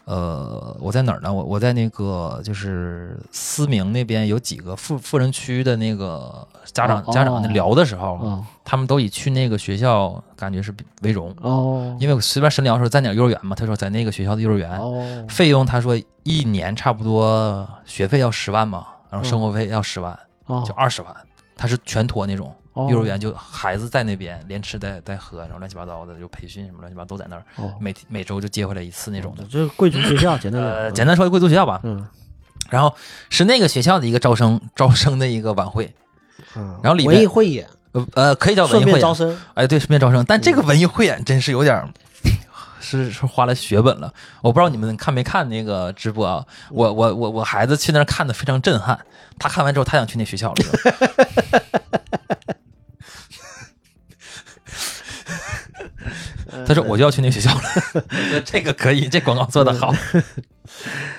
呃，我在哪儿呢？我我在那个就是思明那边有几个富富人区的那个家长
哦
家长聊的时候，
哦
他们都以去那个学校感觉是比为荣，
哦
因为我随便深聊说在哪儿幼儿园嘛，他说在那个学校的幼儿园，
哦，
费用他说一年差不多学费要十万嘛，然后生活费要十万，就
哦
二十万，他是全托那种。
哦
呃幼儿园就孩子在那边连吃带带喝，然后乱七八糟的就培训什么乱七八糟都在那儿，
哦，
每每周就接回来一次那种的。
这是贵族学校，简单点
呃，简单说贵族学校吧，
嗯
然后是那个学校的一个招生招生的一个晚会，
嗯，
然后里
文
面
艺汇演，
呃呃可以叫文
顺
艺汇
便
演
招，生，
哎，对，顺便招生。但这个文艺汇演真是有点儿，是是花了血本了。我不知道你们看没看那个直播啊？我我我我孩子去那儿看的非常震撼，他看完之后他想去那学校里了。他
嗯
说：“我就要去那学校了。” 我觉得这个可以，这广告做的好。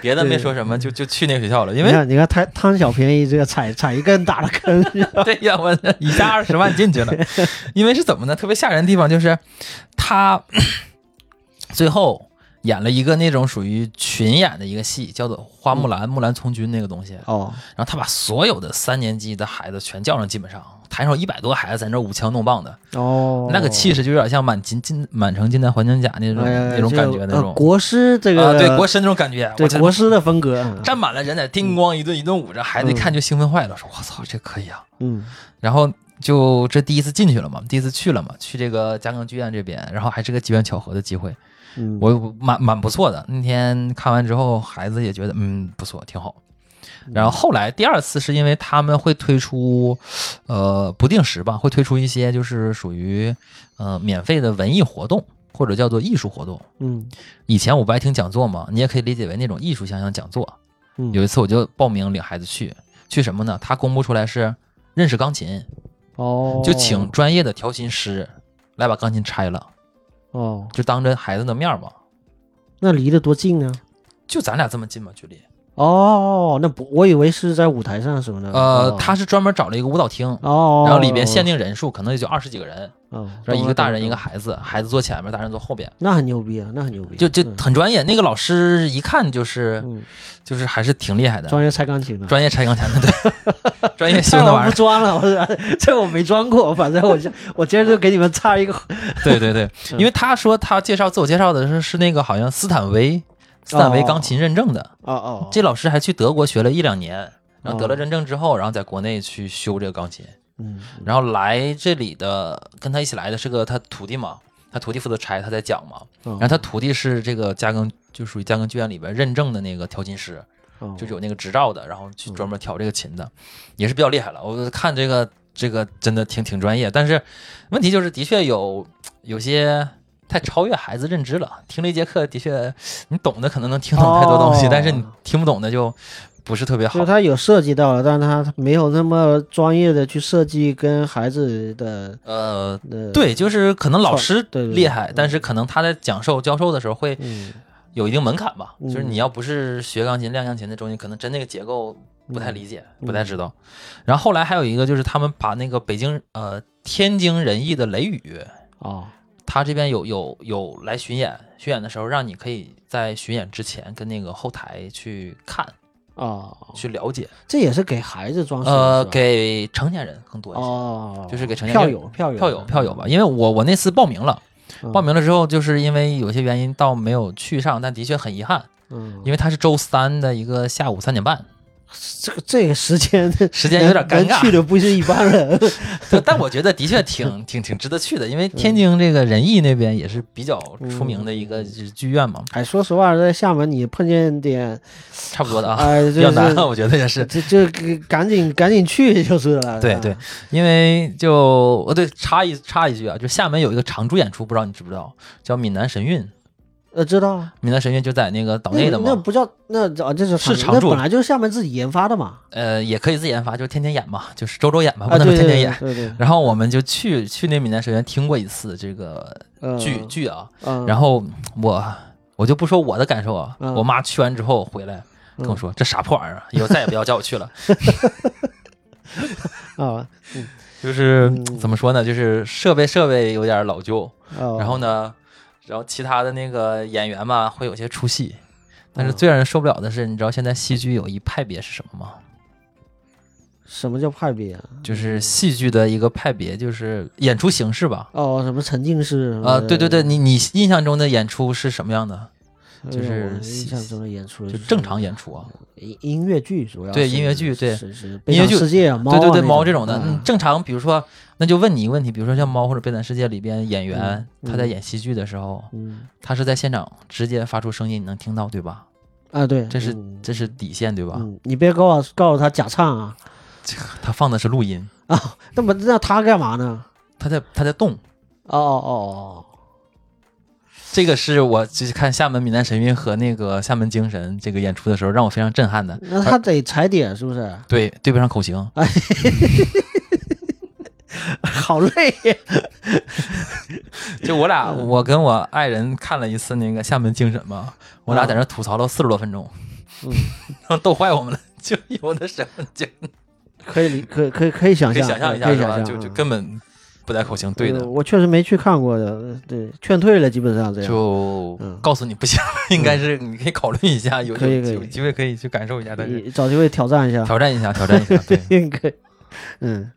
别的没说什么，就就去那个学校了，因
你
为
看，你看贪贪小便宜，这个踩踩一个人打的 坑，
对呀，我一下二十万进去了。因为是怎么呢？特别吓人的地方就是他 最后演了一个那种属于群演的一个戏，叫做《花木兰》木兰从军那个东西。
哦，
然后他把所有的三年级的孩子全叫上，基本上台上有一百多个孩子在那儿舞枪弄棒的，
哦，
那个气势就有点像满金金满城尽带黄金甲那种、
哎呀
那种
这
感
个
觉那
呃
种。
国师这
啊，
个
对国师那种感觉，
对
我操
国师的风格，嗯
站满了人在叮咣一顿一顿舞着，孩子
嗯
一看就兴奋坏了，说：“我操，这可以啊！”
嗯
然后就这第一次进去了嘛，第一次去了嘛，去这个嘉庚剧院这边，然后还是个机缘巧合的机会，
嗯，
我蛮蛮不错的。那天看完之后，孩子也觉得嗯不错，挺好。然后后来第二次是因为他们会推出，呃，不定时吧，会推出一些就是属于呃免费的文艺活动或者叫做艺术活动。
嗯
以前我不爱听讲座嘛，你也可以理解为那种艺术相向讲座。
嗯
有一次我就报名领孩子去，去什么呢？他公布出来是认识钢琴，
哦，
就请专业的调琴师来把钢琴拆了，
哦，
就当着孩子的面儿嘛，
那离得多近啊？
就咱俩这么近嘛，距离。
哦，那不，我以为是在舞台上什么的。
呃
哦，
他是专门找了一个舞蹈厅，
哦，
然后里边限定人数，可能也就二十几个人，
哦，
然后一个大人一个
懂了，
孩子，孩子坐前面，大人坐后边，
那很牛逼啊，那很牛逼，
就就
嗯
很专业。那个老师一看就是
嗯，
就是还是挺厉害的，
专业拆钢琴的。
专业拆钢琴的， 对，专业修
算
那
了，
玩
我不
意儿，
装了，我说这我没装过，反正我就我今天就给你们插一个，
对对对，
嗯
因为他说他介绍自我介绍的是是那个好像斯坦威斯坦威钢琴认证的，
哦哦，
这老师还去德国学了一两年，然后得了
哦
认证之后，然后在国内去修这个钢琴。
嗯
然后来这里的跟他一起来的是个他徒弟嘛，他徒弟负责拆，他在讲嘛。
哦
然后他徒弟是这个嘉庚，就属于嘉庚剧院里边认证的那个调琴师，
哦嗯
就是有那个执照的，然后去专门调这个琴的，也是比较厉害了。我看这个这个真的挺挺专业，但是问题就是的确有有些。太超越孩子认知了，听了一节课，的确，你懂的可能能听懂太多东西，
哦
但是你听不懂的就不是特别
就
好
是。他有涉及到了，但是他没有那么专业的去设计跟孩子的
呃，
的，
对，就是可能老
创
师
对对
厉害
嗯，
但是可能他在讲授教授的时候会
嗯，
有一定门槛吧，就是
嗯
你要不是学钢琴、亮钢琴的东西，可能真那个结构不太
嗯
理解，不太知道。然后后来还有一个就是他们把那个北京呃天津人艺的雷雨，
哦，
他这边有有有来巡演，巡演的时候让你可以在巡演之前跟那个后台去看、
哦，
去了解，
这也是给孩子装饰的，
呃，
哦是吧
给成年人更多一些，
哦，
就是给成年
票
人
友票友嗯
票友票友吧，因为我我那次报名了，报名了之后，就是因为有些原因到没有去上，但的确很遗憾，
嗯，
因为它是周三的一个下午三点半，
这个这个时间
时间有点尴
能去
尬。
的不是一般人。
对但我觉得的确挺挺挺值得去的，因为
嗯
天津这个仁义那边也是比较出名的一个就是剧院嘛，
哎，说实话，在厦门你碰见点，
差不多的 啊，
哎，
比
这
较难，
这
我觉得也是。
这这个赶紧赶紧去就是了。
对
啊
对，因为就哦对，插一插一句啊，就厦门有一个常驻演出，不知道你知不知道，叫闽南神韵。
呃，知道啊。
闽南神韵就在那个岛内的
那
嘛，
不叫那啊，这是
是
常
常
那
驻
本来就是厦门自己研发的嘛。
呃，也可以自己研发，就是天天演嘛，就是周周演嘛，
啊，
不能
对
天
对
天
对
演。
对 对，
然后我们就去去那闽南神韵听过一次这个
呃
剧、，剧啊，
嗯
然后我我就不说我的感受啊，
嗯
我妈去完之后回来跟我说、这啥破玩意儿啊，以后再也不要叫 我去了。
啊
就是
嗯
怎么说呢，就是设备设备有点老旧，
啊，
然后呢，然后其他的那个演员吧会有些出戏，
嗯
但是最让人受不了的是，你知道现在戏剧有一派别是什么吗？
什么叫派别啊？
就是戏剧的一个派别，就是演出形式吧。
哦，什么沉浸式
啊、对对对，，你你印象中的演出是什么样的？
呃
就
哎呀
是
我印
戏
象中的演出
就正常演出啊，
音音乐剧主要
对
是
音乐剧对
是是
音乐剧
世界啊，猫
对对
啊
对，
那
猫这种的，嗯
嗯，
正常。比如说，那就问你一个问题，比如说像猫或者《悲惨世界》里边演员
嗯，嗯
他在演戏剧的时候，
嗯
他是在现场直接发出声音，你能听到对吧？
啊对，
这是
嗯
这是底线对吧？
嗯，你别告诉告诉他假唱啊
他放的是录音，
啊，那么那他干嘛呢？
他在他在动。
哦哦哦
这个是我就是看厦门闽南神韵和那个厦门精神这个演出的时候，让我非常震撼的
哦，。那他得踩点是不 是？
对，对不上口型，
啊好累呀，
就我俩，
嗯
我跟我爱人看了一次那个厦门精神嘛，我俩在那吐槽了四十多分钟，
啊嗯，
然后逗坏我们了。就有的时候就
可以理可可以可以想
可以
象，
想象一下
可以
是
想
吧？
象，
就就
嗯
根本不带口型对的
呃，我确实没去看过的，对，劝退了，基本上这样。
就
嗯
告诉你不行，应该是你可以考虑一下，有
可以
有
可以
有机会可以去感受一下，但是
你找机会挑战一下，
挑战一下，挑战一下。 对，
应该，嗯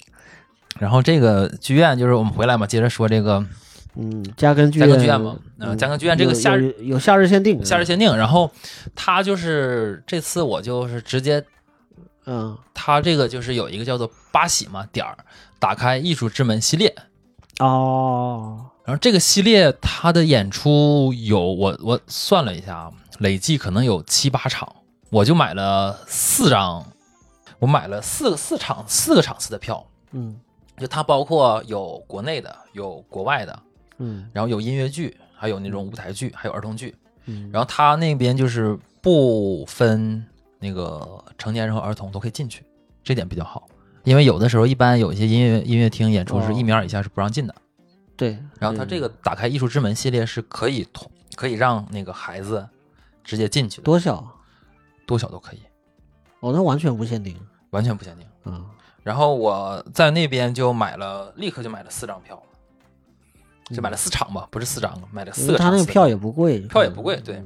然后这个剧院就是我们回来嘛，接着说这个
嗯，加根剧
嘉
院，
庚剧院嘛，嗯，
嗯，
嘉庚剧院这个
有
夏日
有有夏日限定，
夏日限定，然后他就是这次我就是直接，
嗯，
他这个就是有一个叫做八喜嘛点儿，打开艺术之门系列，
嗯哦，
然后这个系列它的演出有我我算了一下啊，累计可能有七八场，我就买了四张，我买了四四场四个场次的票，
嗯
就它包括有国内的，有国外的，
嗯
然后有音乐剧，还有那种舞台剧，还有儿童剧。
嗯，
然后他那边就是不分那个成年人和儿童都可以进去，这点比较好。因为有的时候一般有一些音乐音乐厅演出是
哦
一米二以下是不让进的。
对，
然后他
对
这个打开艺术之门系列是可以同可以让那个孩子直接进去的，多
多小？
多小都可以，
哦，那完全不限定
完全不限定。
啊，
然后我在那边就买了，立刻就买了四张票，就买了四场吧，不是四张，买了
因
四
为
个
嗯他
场
那
次。
个票也不贵，嗯
票也不贵，对。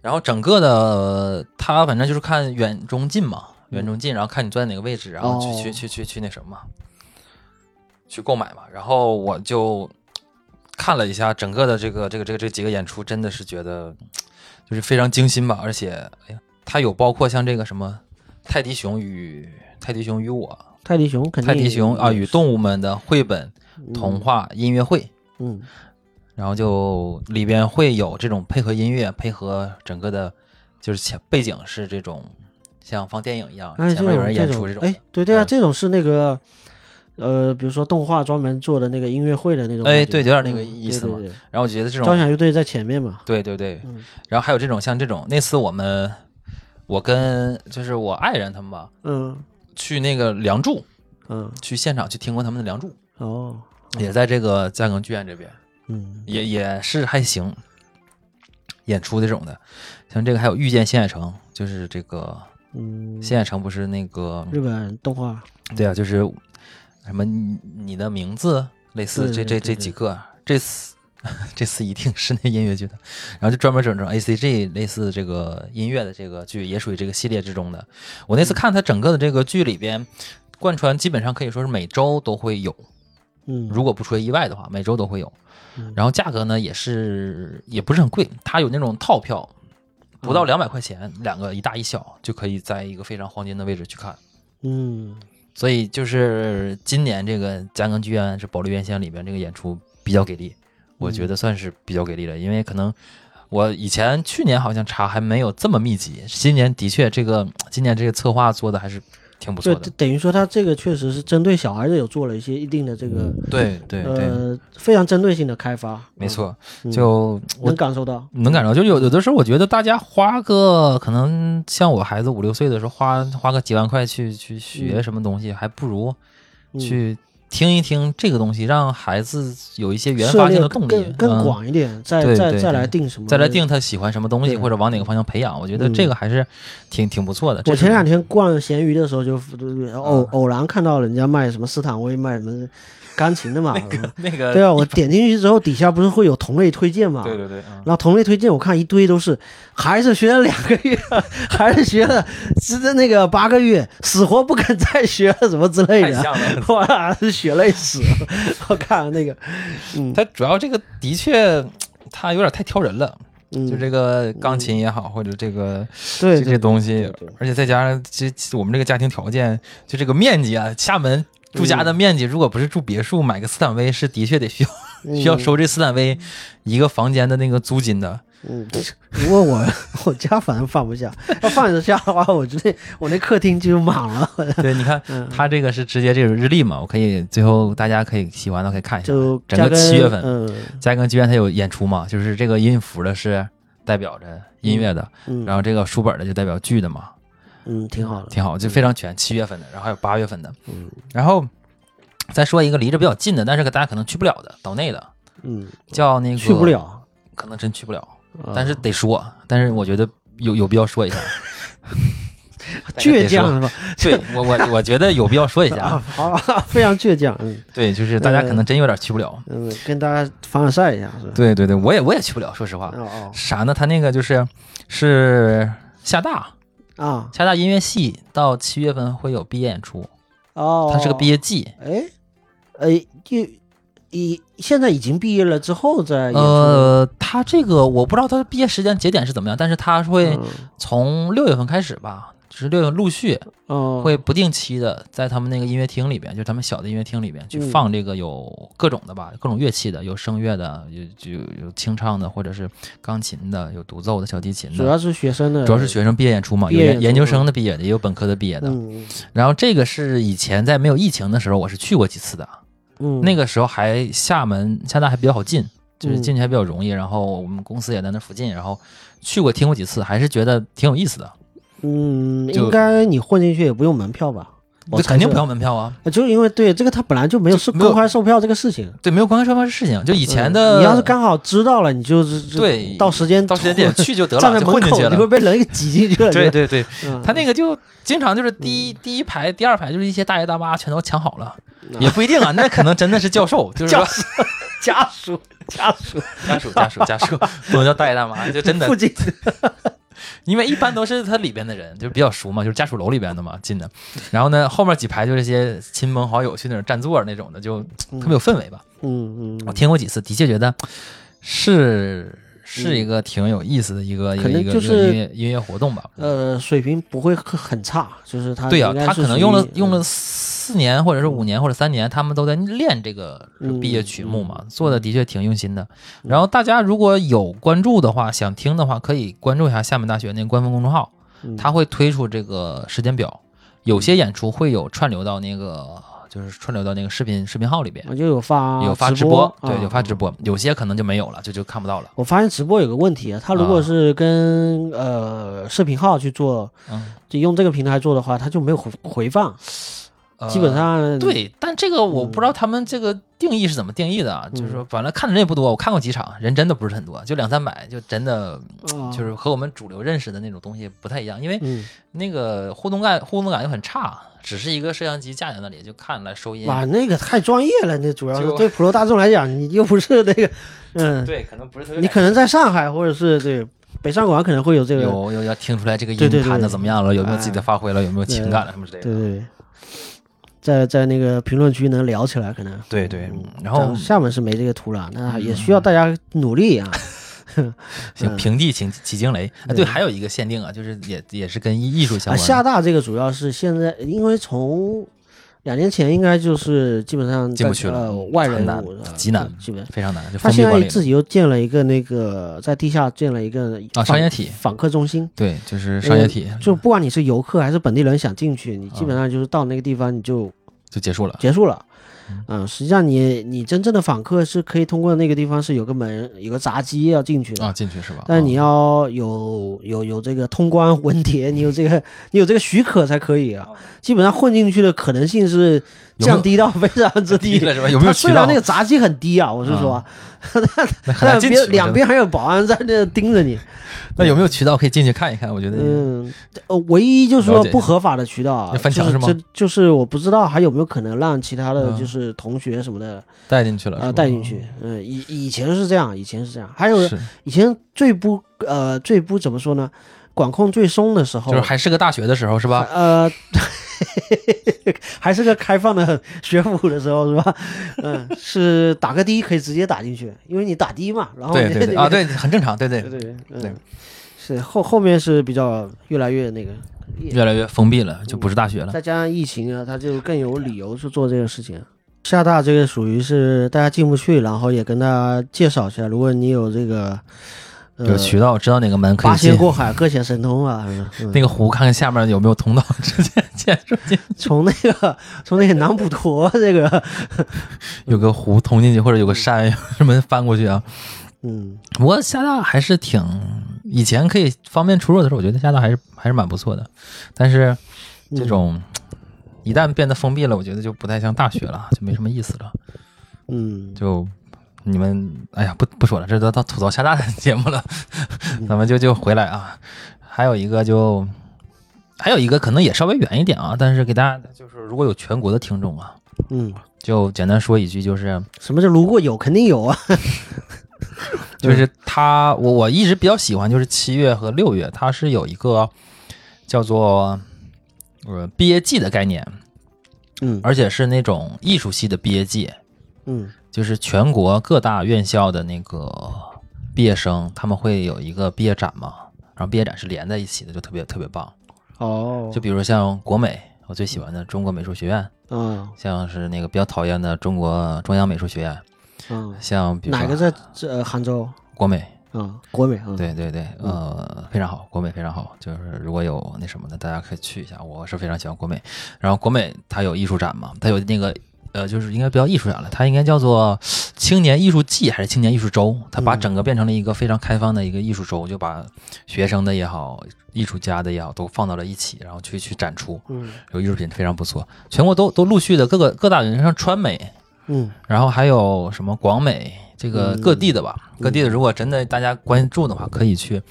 然后整个的呃他反正就是看远中近嘛，远中近，然后看你坐在哪个位置，然后去、
嗯哦
去去去去那什么嘛，去购买嘛。然后我就看了一下整个的这个这个这个这几个演出，真的是觉得就是非常精心吧，而且哎呀，它有包括像这个什么泰迪熊与泰迪熊与我，
泰迪熊肯定
泰迪熊啊与动物们的绘本童
嗯
话音乐会。
嗯
然后就里边会有这种配合音乐，配合整个的，就是前背景是这种像放电影一样，
哎，
啊前
这
面有人
种
演出这
种，
种。
哎，对对啊，
嗯
这种是那个，呃，比如说动画专门做的那个音乐会的那种感觉，
哎对有点那个
嗯
意思嘛
对对
然后我觉得这
对交
种，
响乐队在前面嘛，
对对对，
嗯
然后还有这种像这种，那次我们我跟就是我爱人他们吧，
嗯
去那个《梁祝》
嗯，
去现场去听过他们的《梁祝》，
哦，
也在这个嘉庚剧院这边，
嗯
也也是还行。演出这种的，像这个还有《遇见新海诚》，就是这个
嗯，
新海诚不是那个
日本动画，
对啊，就是什么你你的名字，类似
对
这这
对
这
对
几个，这次 这次一定是那音乐剧的，然后就专门整整 A C G 类似这个音乐的这个剧，也属于这个系列之中的。我
嗯
那次看它整个的这个剧里边，贯穿基本上可以说是每周都会有，
嗯，
如果不出意外的话，每周都会有
嗯。
然后价格呢也是也不是很贵，它有那种套票，不
嗯
到两百块钱，两个一大一小就可以在一个非常黄金的位置去看。
嗯
所以就是今年这个嘉庚剧院是保利院线里边这个演出比较给力，我觉得算是比较给力了，因为可能我以前去年好像查还没有这么密集，今年的确这个今年这个策划做的还是挺不错
对，
的
等。等于说他这个确实是针对小孩子有做了一些一定的这个
对嗯对对，
呃非常针对性的开发，
没错，
嗯，
就
嗯
我
能感受到，
能感受，就有有的时候，我觉得大家花个可能像我孩子五六岁的时候，花花个几万块去去学
嗯
什么东西，还不如
嗯
去听一听这个东西，让孩子有一些原
涉
发
猎
性的动力，
更更
嗯
广一点，再
对
再
对
再来
对
定什么，
再来。定他喜欢什么东西，
对
或者往哪个方向培养。我觉得
嗯
这个还是挺挺不错的。这
我
是
前两天逛闲鱼的时候就，就偶
啊
偶然看到人家卖什么斯坦威，卖什么钢琴 的嘛。
那个
对啊，我点进去之后，底下不是会有同类推荐嘛？
对对对，嗯
然后同类推荐，我看一堆都是，还是学了两个月， 还是学了，只是那个八个月，死活不肯再学了什么之类
太
的。
像了。
我还是学累死了。 我看了那个，嗯，
他主要这个的确，他有点太挑人了。就
嗯，
这个钢琴也好，或者这个
对
这
对
些东西
对对，
而且再加上这这我们这个家庭条件，就这个面积啊，厦门住家的面积，如果不是住别墅，买个斯坦威是的确得 需要
嗯
需要收这斯坦威一个房间的那个租 金的。
嗯，不过我 我家反正放不下，要放得下的话，我觉得我那客厅就满了，
对，你看
嗯
它这个是直接这种日历嘛，我可以最后大家可以喜欢的可以看一下。
就
整个
加
七月份
嗯
嘉庚剧院它有演出嘛，就是这个音符的是代表着音乐的，
嗯，
然后这个书本的就代表剧的嘛。
嗯挺好的，
挺好，就非常全。七月份的，然后还有八月份的，
嗯，
然后再说一个离着比较近的，但是可大家可能去不了的，岛内的
嗯，
叫那个
去不，了，
可能真去不了，
啊
嗯但是得说，但是我觉得有有必 要说一下，
倔强是 吧？
对我我我觉得有必要说一下，
啊，
啊，
好，非常倔强，嗯
对，就是大家可能真有点去不了，
嗯，跟大家凡尔赛一下是吧？
对对对，我也我也去不了，说实话，
哦
啥呢？他那个就是是厦大
哦啊
厦大音乐系到七月份会有毕业演出，
哦，
它是个毕业季，
哎哎就。以现在已经毕业了之后再演出
呃，他这个我不知道他毕业时间节点是怎么样，但是他会
嗯
从六月份开始吧，就是六月份陆续
哦
会不定期的在他们那个音乐厅里边，就他们小的音乐厅里边去
嗯
放这个有各种的吧，各种乐器的，有声乐的，有就有清唱的，或者是钢琴的，有独奏的，小提琴
主
的。
要是学生的，
主要是学生毕业演出嘛，
毕
有
业
研
演
研究
出
生的毕业的，也有本科的毕业的。
嗯
然后这个是以前在没有疫情的时候，我是去过几次的。
嗯
那个时候还厦门厦大还比较好进，就是
嗯
进去还比较容易。然后我们公司也在那附近，然后去过听过几次，还是觉得挺有意思的。
嗯，
就
应该你混进去也不用门票吧？我
这肯定不
要
要，门票啊，
呃就是因为对这个他本来就没有是
没有
公开售票这个事情。
对，没有公开售票的事情。就以
以
前的，
嗯你要是刚好知道了，你就是就
对
到时间
到时间点
混
去就得
站
了，
在
就
门
混进
口，
去
你会
了。
被人给挤进去了。
对
对，
对对，
嗯
他那个就经常就是第一第一排、第二排就是一些大爷大妈全都抢好了，
嗯
也不一定啊，那可能真的是 教授，就是说
教授家属家属
家属家属家 属，不能叫大爷大妈，就真的
附近，
因为一般都是他里边的人，就是比较熟嘛，就是家属楼里边的嘛进的。然后呢，后面几排就是一些亲朋好友去那儿占座那种的，就特别有氛围吧。
嗯
我
嗯，
听过几次，的确觉得是是一个挺有意思的一个、一
嗯可
个
能
一个
就
一个
是
音乐音乐活动吧。
呃，水平不会很很差，就是他
对呀、
应该
他
是
可能
属
用了
于嗯
用了四年或者是五年或者三年，他们都在练这个
嗯
毕业曲目嘛，做的的确挺用心的。然后大家如果有关注的话，想听的话，可以关注一下厦门大学那个官方公众号，
嗯
他会推出这个时间表，有些演出会有串流到那个就是串流到那个视频视频号里边，
我就有发
有发
直
直播，对，
啊
有发直播，有些可能就没有了，就就看不到了。
我发现直播有个问题啊，他如
啊
果是跟、呃视频号去做，
嗯，
就用这个平台做的话，他就没有回回放，
呃
基本上
对，但这个我不知道他们这个定义是怎么定义的
嗯
啊，就是说，反正看的人也不多，我看过几场，人真的不是很多，就两三百，就真的
啊
就是和我们主流认识的那种东西不太一样，因为
嗯，
那个互动感互动感就很差，只是一个摄像机架在那里就看来收音。
哇，那个太专业了，那主要是
就
对普罗大众来讲，你又不是 那个，嗯，
对，可能不是特别
你可能在上海或者是对北上广可能会有这个，
有有要听出来这个
对
音
对
弹的
对
怎么样了，有没有自己的
哎
发挥了，有没有情
对
感了什么之类的。
对对对，在在那个评论区能聊起来，可能。
对对
嗯，
然后嗯
咱厦门是没这个土壤，那也需要大家努力啊。
行，平地起起惊雷。啊，
嗯
对，
对
还有一个限定啊，就是也也是跟艺艺术相
啊，
关的。
厦大这个主要是现在，因为从两年前应该就是基本上
进不去了
呃外人
很难
物是吧
极难
基本。
非常难，就
他
封闭
现
管
在
理了。
自己又建了一个那个在地下建了一个
啊
访
商业体
访客中心，
对，就是
呃
商业体
就不管你是游客还是本地人想进去，你基本
啊
上就是到那个地方你就
就结束了。
结束了。嗯，实际上你你真正的访客是可以通过那个地方是有个门有个闸机要进去的
啊，进去是吧？
但你
啊
要有有有这个通关 文牒，你有这个你有这个许可才可以啊。 基本上混进去的可能性是
有没有
降低到非常 之
低
低
了是吧有没
它
有渠
虽然
道
那个闸机很低啊，我是说，
那很难
但
进
别
去。
两边还有保安在那盯着你。
那有没有渠道可以进去看一看？我觉得
嗯，呃，唯一就是说
了解
不合法的渠道啊
要，翻
就
墙
是
是吗
这就是我不知道还有没有可能让其他的
嗯
就是同学什么的
带进去了是
啊
吧
带进去。嗯，以以前是这样，以前是这样，还有
是，
以前最不呃最不怎么说呢，管控最松的时候
就是还是个大学的时候是吧？
呃，还是个开放的学府的时候是 吧？嗯，是打个的可以直接打进去，因为你打的嘛。然后
对
你
对对啊，对，很正常，对对，
哦对对
对
嗯，是后后面是比较越来越那个，
越来越封闭了，就不是大学了。
再加上疫情啊，他就更有理由去做这个事情。厦大这个属于是大家进不去，然后也跟大家介绍一下，如果你有这个呃
有渠道，知道哪个门可
八
以
仙
进。
过海，各显神通啊，是 吧嗯
那个湖，看看下面有没有通道， 直接进入进去。
从那个从那个南普陀这个，
有个湖通进去，或者有个山，什么翻过去啊。
嗯，
不过厦大还是挺以前可以方便出入的时候，我觉得厦大还是还是蛮不错的。但是这种一旦变得封闭了，我觉得就不太像大学了，就没什么意思了。
嗯，
就你们，哎呀，不不说了，这都到吐槽厦大的节目了，咱们就就回来啊。还有一个就还有一个可能也稍微远一点啊，但是给大家就是如果有全国的听众啊，
嗯，
就简单说一句，就是
什么叫如果有肯定有啊？
就是它，我我一直比较喜欢，就是七月和六月，它是有一个叫做呃毕业季的概念，
嗯
而且是那种艺术系的毕业季，
嗯
就是全国各大院校的那个毕业生，他们会有一个毕业展嘛，然后毕业展是连在一起的，就特别特别棒。
哦
就比如像国美，我最喜欢的中国美术学院，
嗯
像是那个比较讨厌的中国中央美术学院，
嗯，
像比如
哪个
说
在这、呃杭州
国美，
啊？国美啊？，
对对对，呃，非常好，国美非常好。就是如果有那什么的，大家可以去一下。我是非常喜欢国美。然后国美它有艺术展嘛，它有那个呃，就是应该不叫艺术展了，它应该叫做青年艺术季还是青年艺术周？它把
嗯
整个变成了一个非常开放的一个艺术周，就把学生的也好，艺术家的也好，都放到了一起，然后去去展出。
嗯
有艺术品非常不错，全国都都陆续的各个各大人像川美，
嗯
然后还有什么广美，这个
嗯
各地的吧，各地的如果真的大家关注的话，可以去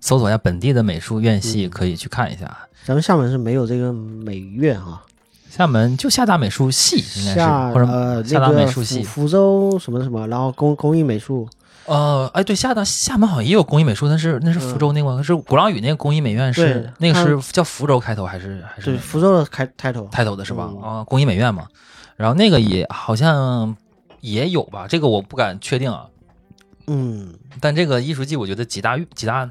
搜索一下本地的美术院
嗯
系，可以去看一下。
咱们厦门是没有这个美院啊，
厦门就厦大美术系应该是，
厦
或
呃
者厦
那
大美
个
术
福
系。
福州什么什么，然后工工艺美术，
呃，哎，对，厦大厦门好像也有工艺美术，但是那是福州那个，是鼓浪屿那个工艺美院
对
是那个
它
是叫福州开头还是还是
对，
哪个
福州的开开头，
开头的是吧？啊、
嗯
工艺美院嘛，然后那个也好像也有吧，这个我不敢确定啊。
嗯
但这个艺术季，我觉得几大几大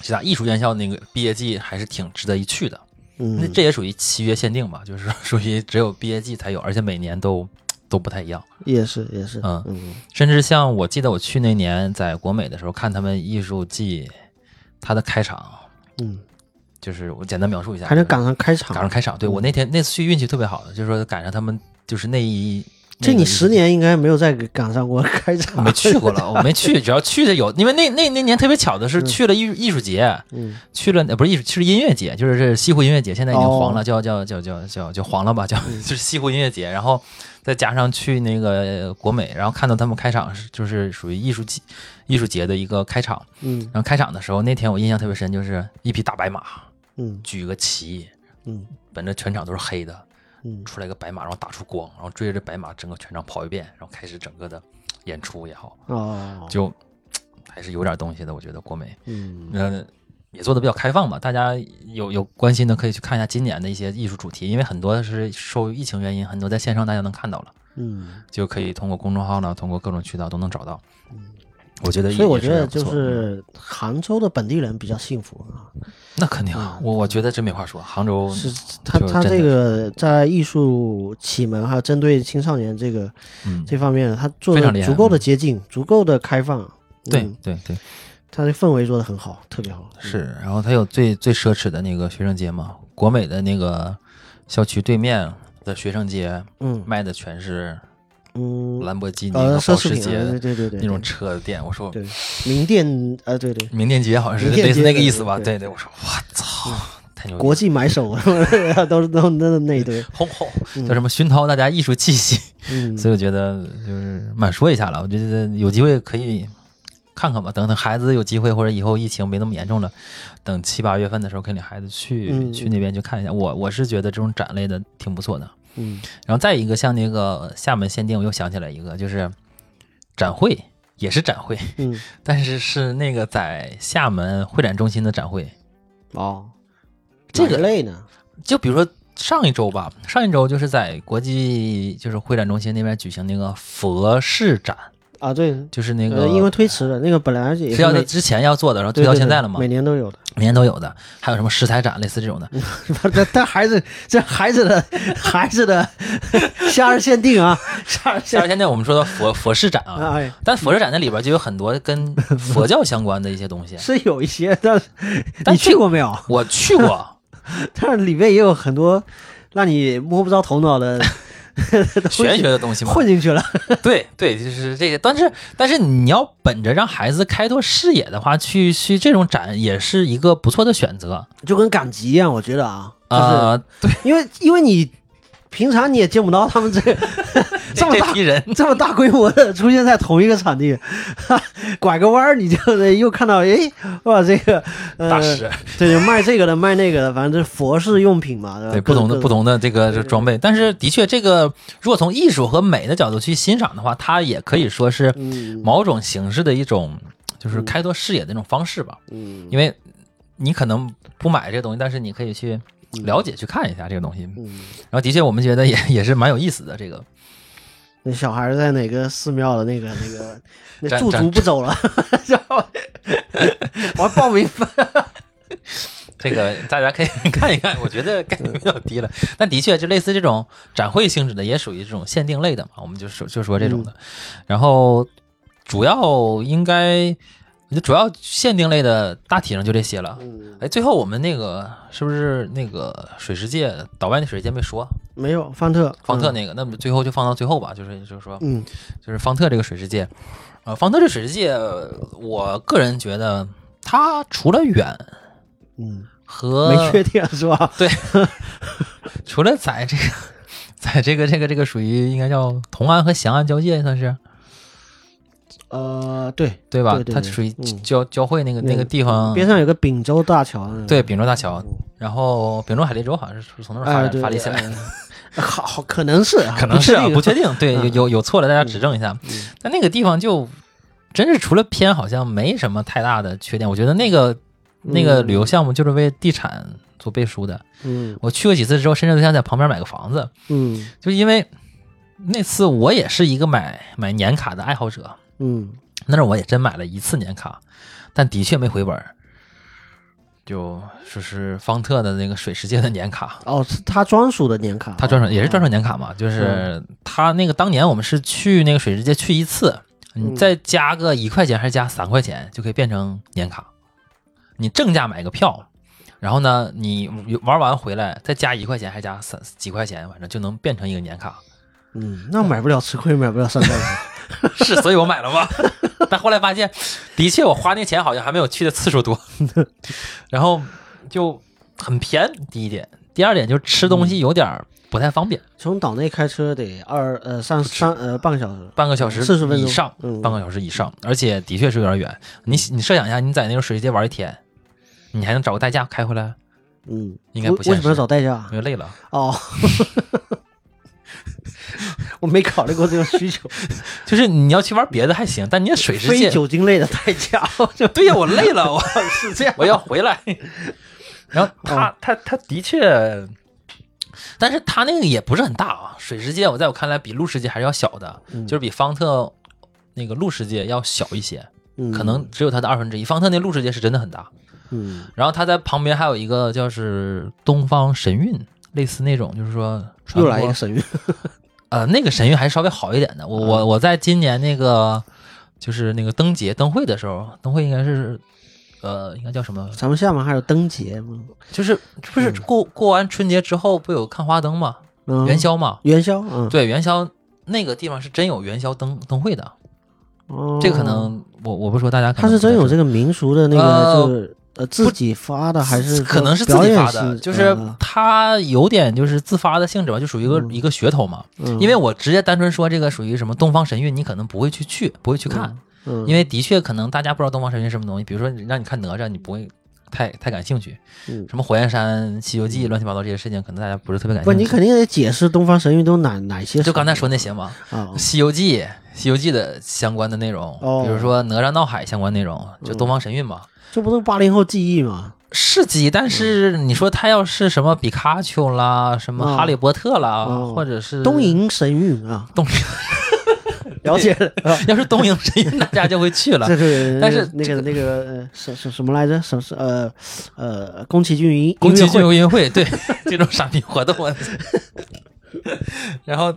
几大艺术院校那个毕业季还是挺值得一去的。那
嗯，
这也属于契约限定吧，就是 属于只有毕业季才有，而且每年都都不太一样。
也是也是，
嗯
嗯
甚至像我记得我去那年在国美的时候，看他们艺术季，它的开场
嗯，
就是我简单描述一下，
还能
就是
赶上开
赶
场嗯
上，开场。对我那天那次去运气特别好，就是说赶上他们就是那一。
这
那个
你
艺术
十
季
年应该没有再赶上过开
我
场，
没去过了，我没去，只要去的有，因为那那那年特别巧的是去了艺艺术节，
嗯
去了呃不是艺术，去了音乐节，就是这西湖音乐节，现在已经
哦
黄了，叫叫叫叫叫叫黄了吧，叫 就是西湖音乐节，然后再加上去那个国美，然后看到他们开场是就是属于艺术季艺术节的一个开场，
嗯
然后开场的时候那天我印象特别深，就是一匹大白马
嗯
举个旗，
嗯
本着全场都是黑的，
嗯
出来一个白马，然后打出光，然后追着这白马整个全场跑一遍，然后开始整个的演出也好，
哦，
就还是有点东西的，我觉得国美。
嗯
嗯，也做的比较开放吧，大家有有关心的可以去看一下今年的一些艺术主题，因为很多是受疫情原因，很多在线上大家能看到了，
嗯，
就可以通过公众号呢，通过各种渠道都能找到。我觉得
嗯
也，
所以我
也
觉得
还不
就
错嗯
是杭州的本地人比较幸福啊，
那肯定啊，我我觉得真没话说，杭州
嗯是他
就是
他
真的
这个在艺术启蒙还有针对青少年这个
嗯，
这方面，他做
非
的
常厉害嗯
足够的接近，足够的开放，
对
嗯
对对，
他的氛围做的很好，特别好，
是。然后它有最最奢侈的那个学生街嘛，国美的那个校区对面的学生街
嗯
卖的全是
嗯，
兰博基尼
呃，
和
奢
保
侈
时
品
捷
啊，对对对对，
那种车的店，我说
对名店呃，对对，
名店街好像是
名店
类似
街
那个
对
意思吧？
对嗯
对对，我说我操，太牛逼了！
国际买手啊 都是都那那一 堆，
轰轰叫什么熏陶大家艺术气息，
嗯，
所以我觉得就是满说一下了。我觉得有机会可以看看吧，等等孩子有机会或者以后疫情没那么严重了，等七八月份的时候可以领孩子去、
嗯
去那边去看一下。我我是觉得这种展类的挺不错的。
嗯
然后再一个像那个厦门限定，我又想起来一个，就是展会也是展会，
嗯，
但是是那个在厦门会展中心的展会，
哦，
这个
哪类呢，
就比如说上一周吧，上一周就是在国际就是会展中心那边举行那个佛事展，
啊，对，
就是那
呃
个
因为推迟了，那个本来也
是要
每
在之前要做的，然后
对
推到
对
现
对
在了嘛，
每年都有的。
每年都有的，还有什么食材展类似这 种的，
这这孩子，这孩子的 孩子的 夏日限定啊，夏日
像
限
是现在我们说的佛佛事展
啊，
啊。
哎，
但佛事展那里边就有很多跟佛教相关的一些 东西，
是有一些， 但是
但
你
这
去过 没有？
我去 过
但是里面也有很多让你摸不着头脑的东西
玄学的东西嘛，
混进去了。
对对，就是这个。但是但是你要本着让孩子开拓视野的话，去去这种展也是一个不错的选择
就跟赶集一样，我觉得啊，就是、
啊、对，
因为因为你平常你也见不到他们 这个这么
这
大
批人，
这么大规模的出现在同一个场地， 哈，拐个弯儿你就得又看到，哎，哇，这个、呃、
大师，
对，有卖这个的，卖那个的，反正这佛事用品嘛，呃对吧？
对
各
不同的
各
不同的这个装备，但是的确，这个如果从艺术和美的角度去欣赏的话，它也可以说是
嗯
某种形式的一种，就是开拓视野的一种方式吧。
嗯
因为你可能不买这个东西，但是你可以去了解、去看一下这个东西。
嗯，
然后的确，我们觉得也也是蛮有意思的。这个
那小孩儿在哪个寺庙的那个那 个那
站
驻
站
足不走了，然后 我还报名 费，
这个大家可以 看一看，我觉得概率比较低了。但的确，就类似这种展会性质的，也属于这种限定类的嘛，我们就说就说这
嗯
种的。然后主要应该，我觉得主要限定类的大体上就这些了。
嗯，
哎，最后我们那个是不是那个水世界岛外的水世界没说？
没有方特
方特那个，那么最后就放到最后吧，就是就是说，
嗯
就是方特这个水世界，呃，方特这水世界，我个人觉得它除了远
嗯
和
没确定是吧？
除了在这个， 在这个这个这个属于应该叫同安和翔安交界，算是
呃，对，
对吧？
对对
它
对
属于
嗯
交、交汇那个那个地方，
边上有个丙州大桥，嗯
对丙州大桥，然后丙州海蛎洲好像是从那儿发
哎，
展、
对，
发力起来的，
哎好，好可能是啊，
可能是啊，
不
不
确
确
定嗯
定，对，有有有错了，大家指正一下。但那个地方就真是除了偏，好像没什么太大的缺点。我觉得那个那个
嗯
旅游项目就是为地产做背书的。
嗯
我去过几次之后，甚至都想在旁边买个房子，
嗯
就是因为那次我也是一个买买年卡的爱好者，
嗯
那阵儿我也真买了一次年卡，但的确没回本儿。就就是方特的那个水世界的年卡，
哦，是他专属的年卡，哦
他专属也是专属年卡嘛，就是他那个当年我们是去那个水世界去一次，你
嗯
再加个一块钱还是加三块钱就可以变成年卡。你正价买个票，然后呢，你玩完回来再加一块钱还是加三几块钱，反正就能变成一个年卡。
嗯，那买不了吃亏，买不了 上当。
是，所以我买了嘛。 但后来发现，的确我花那钱好像还没有去的次数多， 然后就很偏。第一点，第二点就是吃东
嗯
西有点儿不太方便，
从岛内开车得二呃三三呃半个小时，
半个小时
40分钟
以上，
嗯
半个小时以上，而且的确是有点远。你你设想一下，你在那个水世界玩一天，你还能找个代驾开回来，
嗯，
应该
为
不
为
现
什么要
实。
找代驾？
因为累了，
哦， 我没考虑过这种需 求。
就是你要去玩别的还行，但你也水世
非
界，
酒精类的代驾，就
对呀，我累了，我
是这样
我要回来。 然后
哦
他他他的确，但是他那个也不是很大啊。水世界我在我看来比陆世界还是要小的，
嗯
就是比方特那个陆世界要小一些，
嗯
可能只有它的二分之一。方特那陆世界是真的很大，
嗯
然后他在旁边还有一个就是东方神韵，类似那种就是说传
又
播
来一个神韵，
呃，那个神韵还是稍微好一点的。我我
嗯
我在今年那个就是那个灯节灯会的时候，灯会应该是呃应该叫什么？
咱们厦门还有灯节吗？
就是不是过过完春节之后不有看花灯吗？
嗯，
元宵嘛，
元宵，嗯，
对元宵那个地方是真有元宵灯灯会的。
哦
这可能我我不说大家可
他是
能不太
真有
知
这个民俗的那个，
呃
就是呃自己发的还是
可能是自
表
己
演
发的，
性
就是
嗯
它有点就是自发的性质吧，就属于一个、一个噱头嘛。
嗯
因为我直接单纯说这个属于什么东方神韵，你可能不会去去，不会去看，
嗯
因为的确可能大家不知道东方神韵是什么东西。比如说让你看哪吒，你不会太太感兴趣。
嗯
什么火焰山、西游记、乱七八糟这些事情，可能大家不是特别感
不，
兴趣。
你肯定得解释东方神韵都哪哪些，
就刚才说那些嘛，
啊
《西游记》《西游记》的相关的内容，
哦嗯
比如说哪吒闹海相关内容，就东方神韵嘛。
这不都八零后记忆吗？
是鸡，但是你说他要是什么比卡丘啦，什么
嗯
哈利波特啦，
嗯
或者是
东，瀛神韵啊，
东瀛，
了解了。啊
要是东瀛神韵，大家就会去了
这。个，
但是
那
这
个那个呃什什什么来着？什是呃呃宫崎骏音
宫
音
崎
乐
骏
会
有音乐会，对 这种傻逼活动我操。 然后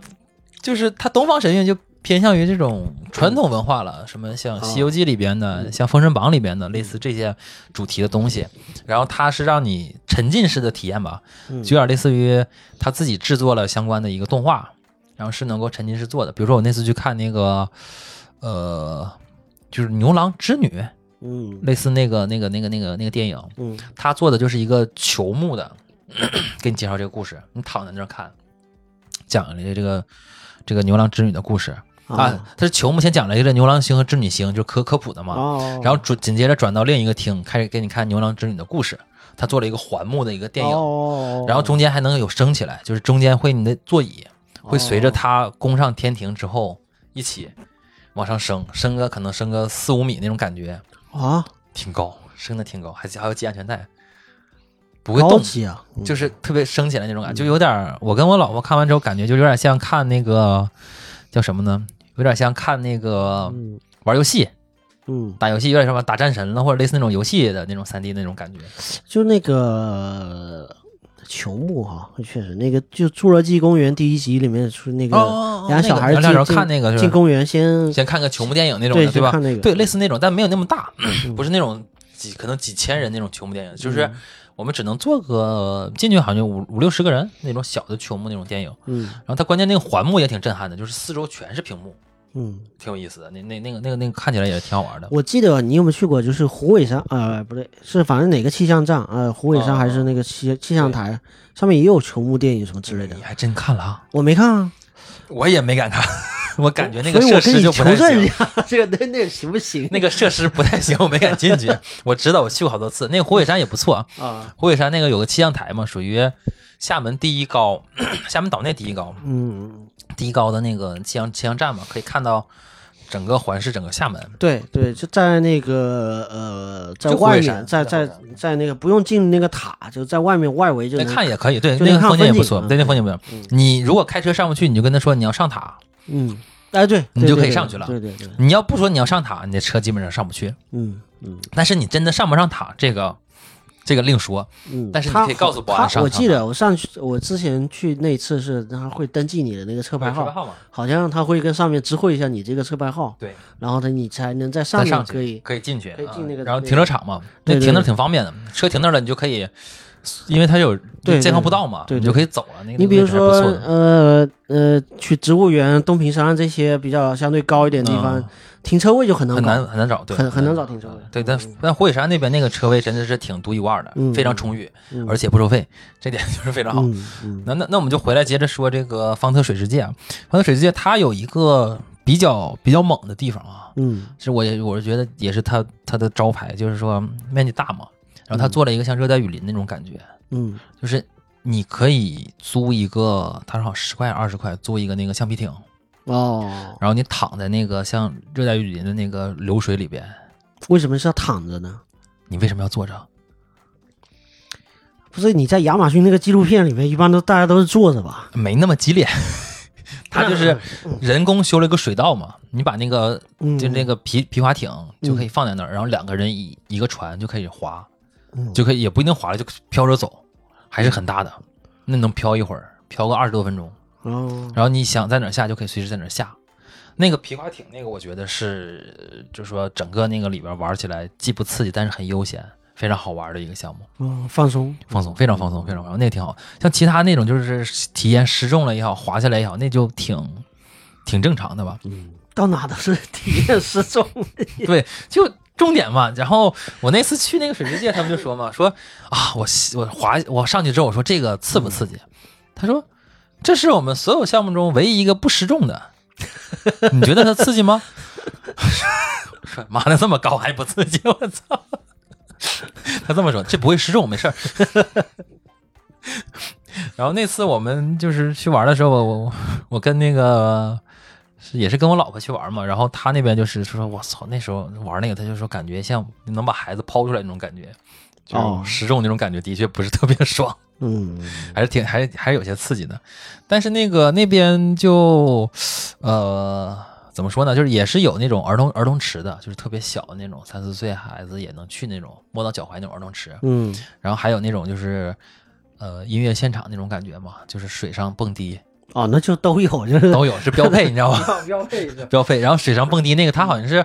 就是他东方神韵就偏向于这种传统文化了，什么像《西游记》里边
嗯
的，像《封神榜》里边的，类似这些主题的东西。然后它是让你沉浸式的体验吧，
嗯
就有点类似于他自己制作了相关的一个动画，然后是能够沉浸式做的。比如说我那次去看那个，呃，就是《牛郎织女》，
嗯
类似那个那个那个那个那个电影，
嗯
他做的就是一个球幕的， 给你介绍这个故事，你躺在那儿看，讲了这个这个牛郎织女的故事啊
啊，
他是球幕先讲了一个牛郎星和织女星，就是科科普的嘛，
哦，
然后转紧接着转到另一个厅，开始给你看牛郎织女的故事，他做了一个环幕的一个电
哦
影，
影
然后中间还能有升起来，就是中间会你的座椅会随着它攻上天庭之后一起往上升，升个可能升个四五米那种感觉，
啊
挺高，升的挺高，还还要系安全带，不会
高
动，
级啊，嗯
就是特别升起来那种感觉，就有点儿。我跟我老婆看完之后，感觉就有点像看那个叫什么呢？有点像看那个
嗯
玩游戏、
嗯，
打游戏，有点什么打战神了，或者类似那种游戏的那种三 D 那种感觉。
就那个呃球幕哈，确实那个就《侏罗纪公园》第一集里面是那个
哦哦哦
俩小孩
那个
进
俩人
进
看那个是吧
进公园先
先看个球幕电影那种
对
的，对
就
吧？
看那个嗯
对，类似那种，但没有那么大， 不是那种几可能几千人那种球幕电影，就是我们只能做个进去好像就五五六十个人那种小的球幕那种电影。
嗯
然后它关键那个环幕也挺震撼的，就是四周全是屏幕，
嗯，
挺有意思的。那那那个那个那个看起来也挺好玩的。
我记得你有没有去过？就是虎尾山呃不对，是反正哪个气象站呃虎尾
啊
山还是那个气气象台上面也有球幕电影什么之类的
你，还真看了啊？
我没看啊。
我也没敢看， 我感觉那个
所以
设
我跟
施
你
就不太
求证一
行。
下， 这个那那行不行？
那个设施不太行，我没敢进去。 我知道我去过好多次，那个火腿山也不错啊。
啊，
火腿山那个有个气象台嘛，属于厦门第一高， 厦门岛内第一高，
嗯，
第一高的那个气象气象站嘛，可以看到整个环视整个厦门。
对对，就在那个呃，在
就
外
火腿
面，
山
在在在那个不用进那个塔，就在外面外围就
那
能
看也可以，对，
就
那
能
个
看
风景也
风景
不错，
嗯
对，那风景不错。你如果开车上不去，你就跟他说你要上塔，
嗯，哎对，
你
对
就
对
可以
对
上去了
对对对，
你要不说你要上塔，你的车基本上上不去。
嗯嗯
但是你真的上不上塔，这个这个另说。
嗯。
但是你
他
可以告诉保安
他
上
我
上
记得我上去，我之前去那一次是他会登记你的那个车牌
车牌
号，
号码，
好像他会跟上面知会一下你这个车牌号，
对，
然后他你才能在上
再上
面
去
可以
可以进去，
可以进那个
啊然后停车场嘛，那
对对
停那儿
对
挺方便的，车停那儿了，你就可以，因为它有
对
健康
对
步道嘛，
对对
你就可以走了。那个
你比如说
那个位置还不错的
呃呃，去植物园、东平山这些比较相对高一点的地方，
嗯
停车位就很难
很
搞，
难很难找，对，
很很难找停车位。
对，但但火腿山那边那个车位真的是挺独一无二的，
嗯
非常充裕，
嗯
而且不收费，这点就是非常好。
嗯嗯
那那那我们就回来接着说这个方特水世界啊，方特水世界它有一个比较比较猛的地方啊，
嗯
是我也我是觉得也是它它的招牌，就是说面积大嘛，然后它做了一个像热带雨林那种感觉，
嗯
就是你可以租一个，它是好十块二十块租一个那个橡皮艇，
哦，
然后你躺在那个像热带雨林的那个流水里边，
为什么是要躺着呢？
你为什么要坐着？
不是你在亚马逊那个纪录片里面，一般都大家都是坐着吧？
没那么激烈， 它就是人工修了一个水道嘛，你把那个
嗯，
就那个皮皮划艇就可以放在那儿，然后两个人一一个船就可以划，
嗯
就可以也不一定划了，就飘着走，还是很大的，那能飘一会儿，飘个二十多分钟，
哦，
然后你想在哪儿下就可以随时在哪儿下。那个皮划艇那个，我觉得是，就是说整个那个里边玩起来既不刺激，但是很悠闲，非常好玩的一个项目。
哦，放松，
嗯放松，非常放松，非常放松，那个挺好。像其他那种就是体验失重了也好，滑下来也好，那就挺挺正常的吧。
到哪都是体验失重。
对，就重点嘛。然后我那次去那个水之界，他们就说嘛，说啊，我我滑我上去之后，我说这个刺不刺激？他说这是我们所有项目中唯一一个不失重的。 你觉得它刺激吗？ 我说妈的，这么高还不刺激？ 我操！他这么说，这不会失重，没事儿。 然后那次我们就是去玩的时候，我我我跟那个是也是跟我老婆去玩嘛，然后她那边就是说，我操，那时候玩那个，她就说感觉像能把孩子抛出来那种感觉，
哦
就是失重那种感觉，的确不是特别爽，
嗯，
还是挺还是还是有些刺激的。但是那个那边就呃怎么说呢，就是也是有那种儿童儿童池的，就是特别小的那种三四岁孩子也能去那种摸到脚踝那种儿童池，
嗯，
然后还有那种就是呃音乐现场那种感觉嘛，就是水上蹦迪
哦，那就都有，就是
都有，是标配，你知道吗？
标配的。
标配。然后水上蹦迪那个，它好像是，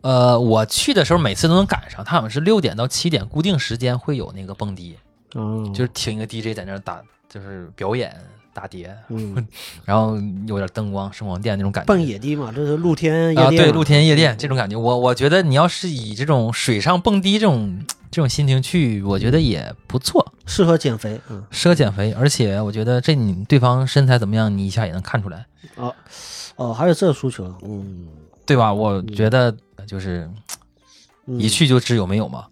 呃，我去的时候每次都能赶上，它好像是六点到七点固定时间会有那个蹦迪，
哦，
就是听一个 DJ 在那儿打，就是表演打碟，
嗯，
然后有点灯光、声光电那种感觉。
蹦野迪嘛，这是露天
啊、
夜店嘛。
对，露天夜店这种感觉，我我觉得你要是以这种水上蹦迪这种这种心情去，我觉得也不错，
适合减肥。嗯，
适合减肥，而且我觉得这你对方身材怎么样，你一下也能看出来。
哦，哦，还有这个诉求。嗯，
对吧？我觉得就是
嗯
一去就知有没有嘛。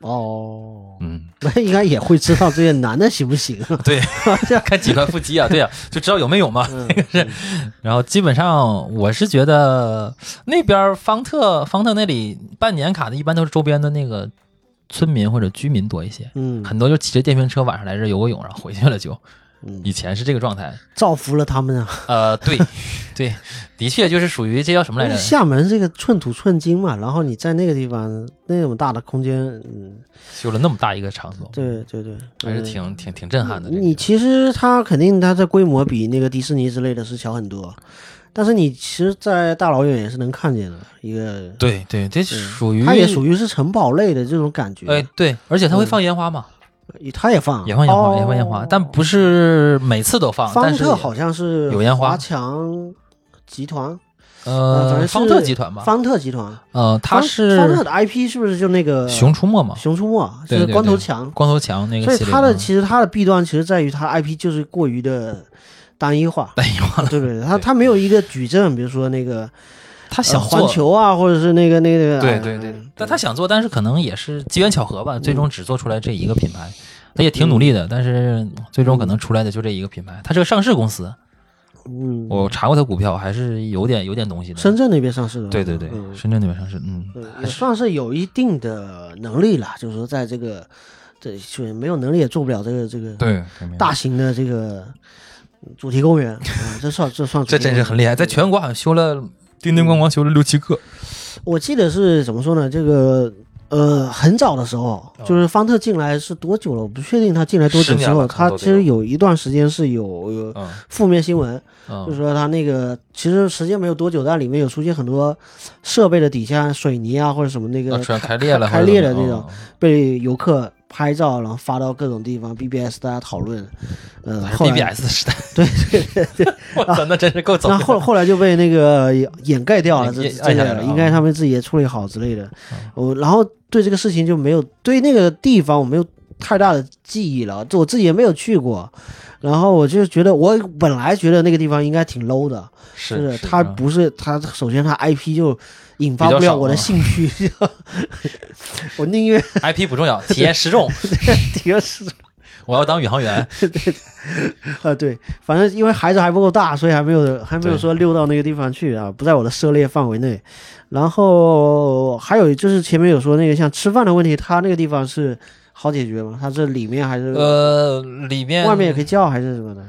哦，
嗯，
那应该也会知道这些男的行不啊行。
对， 看几块腹肌啊，对啊，就知道有没有嘛。
嗯，
然后基本上我是觉得那边方特方特那里办年卡的，一般都是周边的那个村民或者居民多一些，
嗯，
很多就骑着电瓶车晚上来这儿游个泳，然后回去了就。
嗯
以前是这个状态，
造福了他们啊！
呃，对对，的确就是属于这叫什么来着？
厦门这个寸土寸金嘛，然后你在那个地方那么大的空间，嗯，
修了那么大一个场所，
对对对，
还是挺挺挺震撼的。这个
你其实它肯定它的规模比那个迪士尼之类的是小很多，但是你其实，在大老远也是能看见的一个，
对对，这属于
它也属于是城堡类的这种感觉，
哎对，而且它会放烟花嘛。
它也放
也放烟花，
哦
也放烟花，但不是每次都放。
方
但是
特好像是
有烟花
华强集团，呃反
呃，
正
方
是
特集团吧，
方特集团，
呃，他
方方特
是
的 IP 是不是就那个
《熊出没》嘛，
熊出没啊，就
对
是
对
光头
对
强，
光头强那
所
个
以
系列。
它的
嗯
其实它的弊端其实在于它 IP 就是过于的单一化，
单一化哎了，
对不对？它
对
它没有一个矩阵，比如说那个
他
呃
想
环
做，
球啊，或者是那个那个哎
对对对，
嗯
但他想做，但是可能也是机缘巧合吧，最终只做出来这一个品牌。他也
嗯
挺努力的，但是最终可能出来的就这一个品牌。它是个上市公司，
嗯，
我查过它股票，还是有点有点东西的。
深圳那边上市的，
对对对，
嗯
深圳那边上市，嗯，
嗯也算是有一定的能力了，就是说在这个这就是没有能力也做不了这个这个
对，
大型的这个主题公园啊，这算这算主
这
题
真是
公园嗯
很厉害，在全国好像修了叮叮咣咣修了六七个，
我记得是怎么说呢？这个呃，很早的时候，就是方特进来是多久了？我不确定他进来多久之
10年
后，
了可
他
能都得
其
有
实有一段时间是有有
嗯
负面新闻，就
嗯
是说他那个其实时间没有多久，但里面有出现很多设备的底下水泥啊或者什么那
啊，
个
船开裂了，
开裂了
或
这
者怎么哦
种，被游客拍照，然后发到各种地方 BBS 大家讨论，呃，
还是
后来。
BBS 时代，对对对， 我操，那真是够早
那
的。
后后来就被那个掩盖掉了，这
掩
这
掩盖
个
了嗯
应该
啊
他们自己也处理好之类的。我然后对这个事情就没有对那个地方我没有太大的记忆了，这我自己也没有去过。然后我就觉得，我本来觉得那个地方应该挺 low 的，就是它 不是它，首先它 IP 就引发
嗯比较
不了
少
我的
啊
兴趣， 我宁愿
IP 不重要，体验失重，
体验失重。
我要当宇航员。
啊，对，反正因为孩子还不够大，所以还没有还没有说溜到那个地方去啊，不在我的涉猎范围内。然后还有就是前面有说那个像吃饭的问题，他那个地方是好解决吗？他是里面还是
呃，里面
外面也可以叫还是什么的？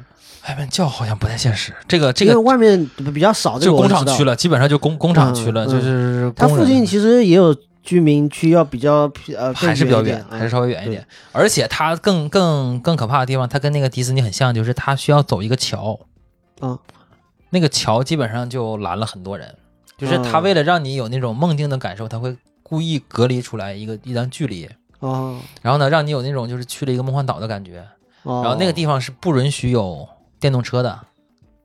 外面叫好像不太现实，这个这
因为
个
外面比较少，这
就
个
工
我
厂
知道
区。了，基本上就工工厂区了，
嗯嗯
就是
它
工
附
人
近其实也有居民区，要比较呃
还是比较
更一，
远
点
还是稍微远一
对
点。而且它更更更可怕的地方，它跟那个迪士尼很像，就是它需要走一个桥，
嗯，
那个桥基本上就拦了很多人，就是它
嗯
为了让你有那种梦境的感受，它会故意隔离出来一个一段距离，
哦
然后呢，让你有那种就是去了一个梦幻岛的感觉。
哦，
然后那个地方是不允许有电动车的，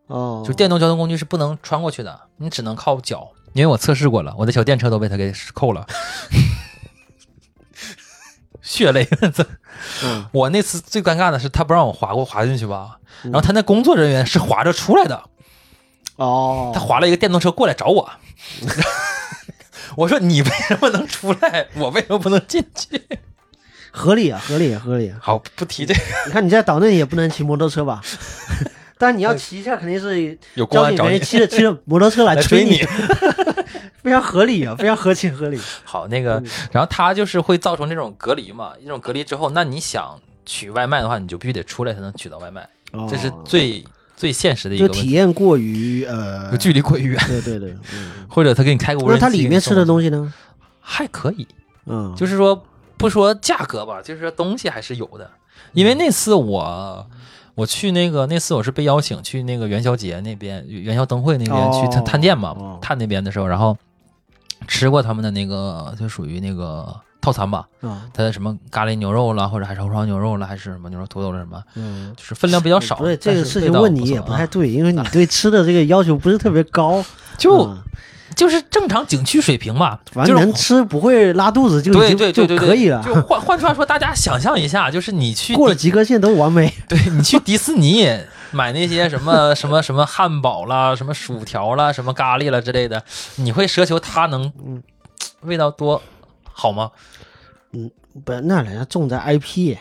哦，
就是电动交通工具是不能穿过去的，你只能靠脚。因为我测试过了，我的小电车都被他给扣了， 血泪。
嗯
我那次最尴尬的是，他不让我滑过滑进去吧，然后他那工作人员是滑着出来的，
哦，
他划了一个电动车过来 找我。我说你为什么能出来，我为什么不能进去？
合理啊，合理啊，合理啊。
好，不提这个，
你看你在岛内也不能骑摩托车吧？ 但你要骑一下，肯定是
有公
交
安
警
找
人
你
员骑着骑着摩托车来
来
追
追你。
非常合理啊，非常合情合理。
好，那
嗯
个，然后他就是会造成这种隔离嘛，一种隔离之后，那你想取外卖的话，你就必须得出来才能取到外卖，
哦
这是最最现实的一
就
个问
体
题。
验过于呃，
距离过远，
对对对，嗯。
或者他给你开个无人
那
机，
它里面吃的
西
东西呢？
还可以，
嗯，
就是说不说价格吧，就是说东西还是有的。
嗯
因为那次我我去那个那次我是被邀请去那个元宵节那边元宵灯会那边去探
哦
探店嘛，
哦
探那边的时候，然后吃过他们的那个就属于那个套餐吧，
啊，
它的什么咖喱牛肉啦，或者还是红烧牛肉啦，还是什么牛肉土豆了什么，
嗯，
就是分量比较少。
不是这个
但是
事
味
情
道
问你
错
也不
啊
太对，因为你对吃的这个要求不是特别 高，
就
嗯
就是正常景区水平嘛，
反
就
正
是
能吃不会拉肚子就已
对
经
对对对对
就可以了
就。换换句话说，大家想象一下，就是你去
过了
迪
及格线都完美。
对你去迪士尼 买那些什么什么什么汉堡啦、什么薯条啦、什么咖喱啦之类的，你会奢求它
嗯
能味道多好吗？
不，那人家重在 IP，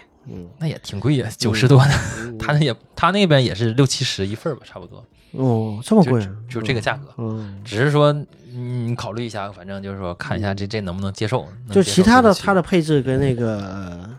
那也挺贵呀，
嗯
九十多呢。他那也他那边也是六七十一份儿吧，差不多，
哦，这么
就
贵
就，就是这个价格。
嗯，
只是说嗯你考虑一下，反正就是说看一下这这能不能接受。能
就
接
其
受
他的
就去
它的配置跟那个呃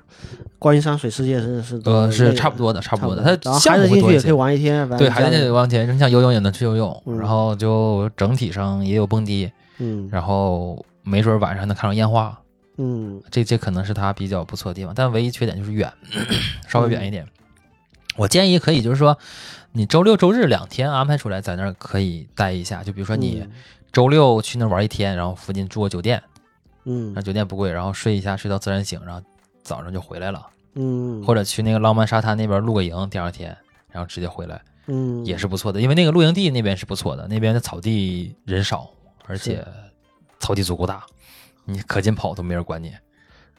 观音山水世界是是
呃是
类
差不多的，差
差不
不多的，
然
它
后
项
孩
目
子
会
进
多
去
一
也可以
些。
玩一天，反正
对，孩子
家里
得往前，你想游泳也能去游泳，
嗯
然后就整体上也有蹦迪，
嗯
然后没准晚上能看到烟花，
嗯
这这可能是它比较不错的地方。但唯一缺点就是远， 稍微
嗯
远一点。我建议可以就是说，你周六周日两天安排出来，在那儿可以待一下。就比如说你周六去那儿玩一天，然后附近住个酒店，
嗯
那酒店不贵，然后睡一下，睡到自然醒，然后早上就回来了，
嗯，
或者去那个浪漫沙滩那边露个营，第二天然后直接回来
嗯
也是不错的，因为那个露营地那边是不错的，那边的草地人少，而且草地足够大，你可劲跑都没人管你。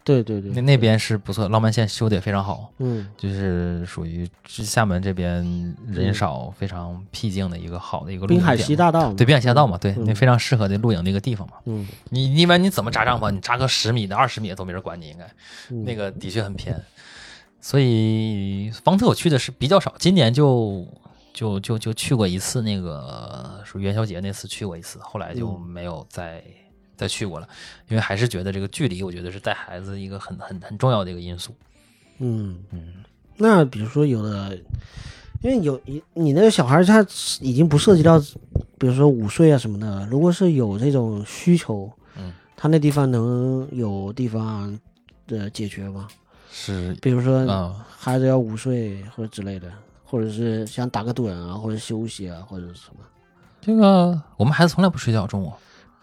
对对对
那，那边是不错，浪漫线修的也非常好，
嗯
就是属于厦门这边人少、
嗯
非常僻静的一个好的一个露营
滨海
点
西
嘛
大道嘛
对滨海西大道嘛，对，那
嗯
非常适合的露营的一个地方嘛。
嗯
你你一般你怎么扎帐篷？你扎个十米的、二十米的都没人管你，应该
嗯
那个的确很偏。所以方特我去的是比较少，今年就就就就去过一次那个属于元宵节那次去过一次，后来就
嗯
没有再、再去过了，因为还是觉得这个距离，我觉得是带孩子一个很很很重要的一个因素。
嗯
嗯，
那比如说有的，因为有你你那个小孩儿他已经不涉及到，比如说午睡啊什么的，如果是有这种需求，
嗯，
他那地方能有地方的解决吗？
是
比如说
啊、
孩子要午睡或者之类的，或者是想打个盹啊，或者休息啊，或者是什么。
这个我们孩子从来不睡觉，中午。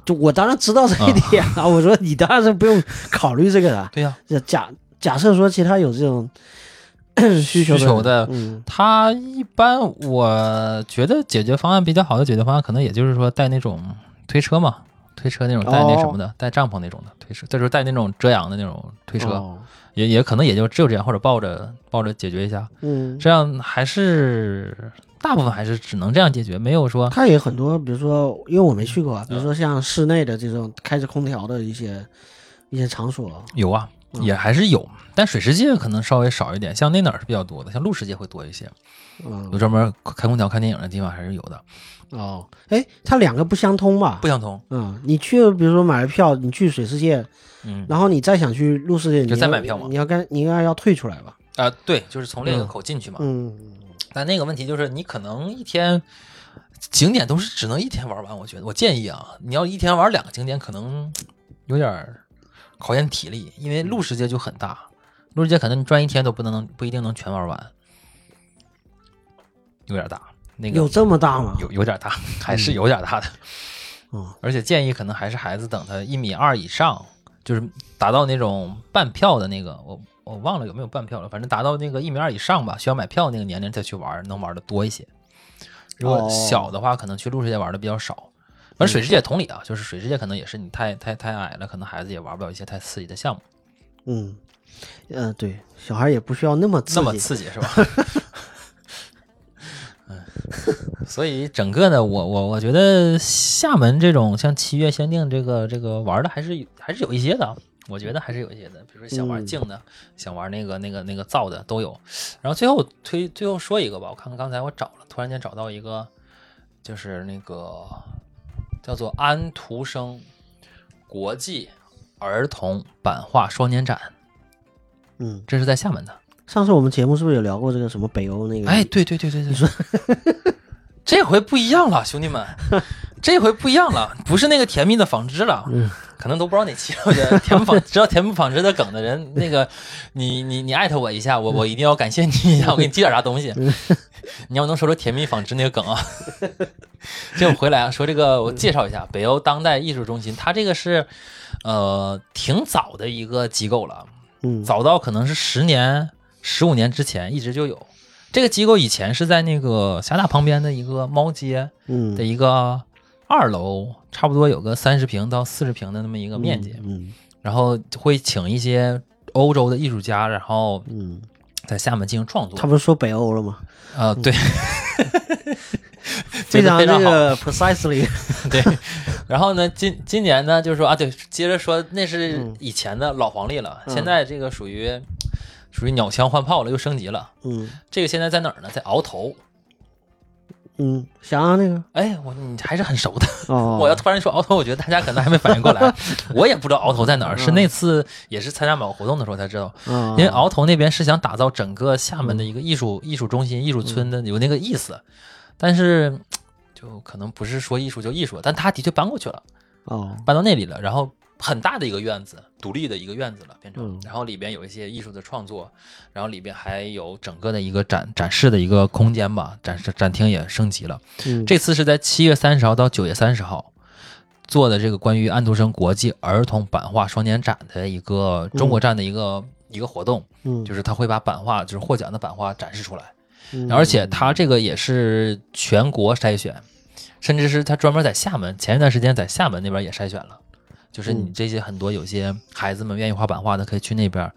就我当然知道这一点啊， 我说你当然是不用考虑这个的。
对呀、
假假设说其他有这种 需求
需求的
嗯
他一般我觉得解决方案比较好的解决方案，可能也就是说带那种推车嘛，推车那种带那什么的，
哦
带帐篷那种的推车，再说带那种遮阳的那种推车，
哦
也也可能也就只有这样，或者抱着抱着解决一下，
嗯，
这样还是大部分还是只能这样解决，没有说
它也很多，比如说，因为我没去过啊，比如说像室内的这种开着空调的一些一些场所，
有啊，
嗯
也还是有，但水世界可能稍微少一点，像那哪儿是比较多的，像陆世界会多一些，有
嗯
专门开空调看电影的地方还是有的，
哦，哎，它两个不相通吧
不？相通。
嗯，你去，比如说买了票，你去水世界，
嗯
然后你再想去陆世界，你
就再
要
买票嘛
你要跟你应该要退出来吧？
啊、对，就是从另一个口进去嘛。
嗯，
但那个问题就是，你可能一天景点都是只能一天玩完。我觉得，我建议啊，你要一天玩两个景点，可能有点儿考验体力，因为陆世界就很大，陆世界可能你转一天都不能能不一定能全玩完，有点大。那个
有这么大吗？
有有点大，还是有点大的。
嗯，
而且建议可能还是孩子等他一米二以上，就是达到那种半票的那个，我我忘了有没有半票了，反正达到那个一米二以上吧，需要买票那个年龄再去玩，能玩的多一些。如果小的话，可能去陆世界玩的比较少。而水世界同理啊，就是水世界可能也是你太太太矮了，可能孩子也玩不了一些太刺激的项目，
嗯，呃，对，小孩也不需要那么刺
那么
激。
刺激是吧？ 嗯，所以整个呢，我我我觉得厦门这种像七月限定这个这个玩的还是还是有一些的啊，我觉得还是有一些的，比如说想玩
嗯
静的，想玩那个那个那个造的都有。然后最后推最后说一个吧，我看看刚才我找了，突然间找到一个，就是那个叫做安徒生国际儿童版画双年展，
嗯，
这是在厦门的。
上次我们节目是不是有聊过这个什么北欧那个？
哎，，对对对对对， 这回不一样了，兄 弟们，这回不一样了，不是那个甜蜜的纺织了，
嗯
可能都不知道哪期了。我觉得甜蜜纺知道甜蜜纺织的梗的人，那个你你你艾特我一下，我我一定要感谢你一下，我给你寄点啥东西。
嗯
你要能说出甜蜜纺织那个梗啊， 这我回来啊，说这个我介绍一下北欧当代艺术中心，它这个是呃挺早的一个机构了。
嗯，
早到可能是十年、十五年之前一直就有。这个机构以前是在那个厦大旁边的一个猫街
嗯
的一个二楼，差不多有个三十平到四十平的那么一个面积，
嗯
然后会请一些欧洲的艺术家，然后
嗯，
在厦门进行创作
他。不是说北欧了 吗？
呃，对，
非常那
非常 好。
个 precisely，
对， 然后呢，今今年呢，就是说啊，对，接着说，那是
嗯
以前的老黄历了，
嗯
现在这个属于属于鸟枪换炮了，又升级了。
嗯
这个现在在哪儿呢？在鳌头。
嗯，想想那 个
哎，我你还是很熟的。
哦，
我要突然说鳌头，我觉得大家可能还没反应过 来，我也不知道鳌头在哪儿。是那次也是参加某个活动的时候才知道，
啊，
因为鳌头那边是想打造整个厦门的一个艺术艺术中心、艺术村的有那个意思，但是就可能不是说艺术就艺术，但他的确搬过去了，
哦
搬到那里了，然后。很大的一个院子，独立的一个院子了，变成
嗯，
然后里边有一些艺术的创作，然后里边还有整个的一个展展示的一个空间吧，展示展厅也升级了。
嗯
这次是在七月三十号到九月三十号做的这个关于安徒生国际儿童版画双年展的一个中国站的一个、一个活动，
嗯
就是他会把版画，就是获奖的版画展示出来，
嗯
而且他这个也是全国筛选，甚至是他专门在厦门，前一段时间在厦门那边也筛选了，就是你
嗯
这些很多有些孩子们愿意画版画的，可以去那边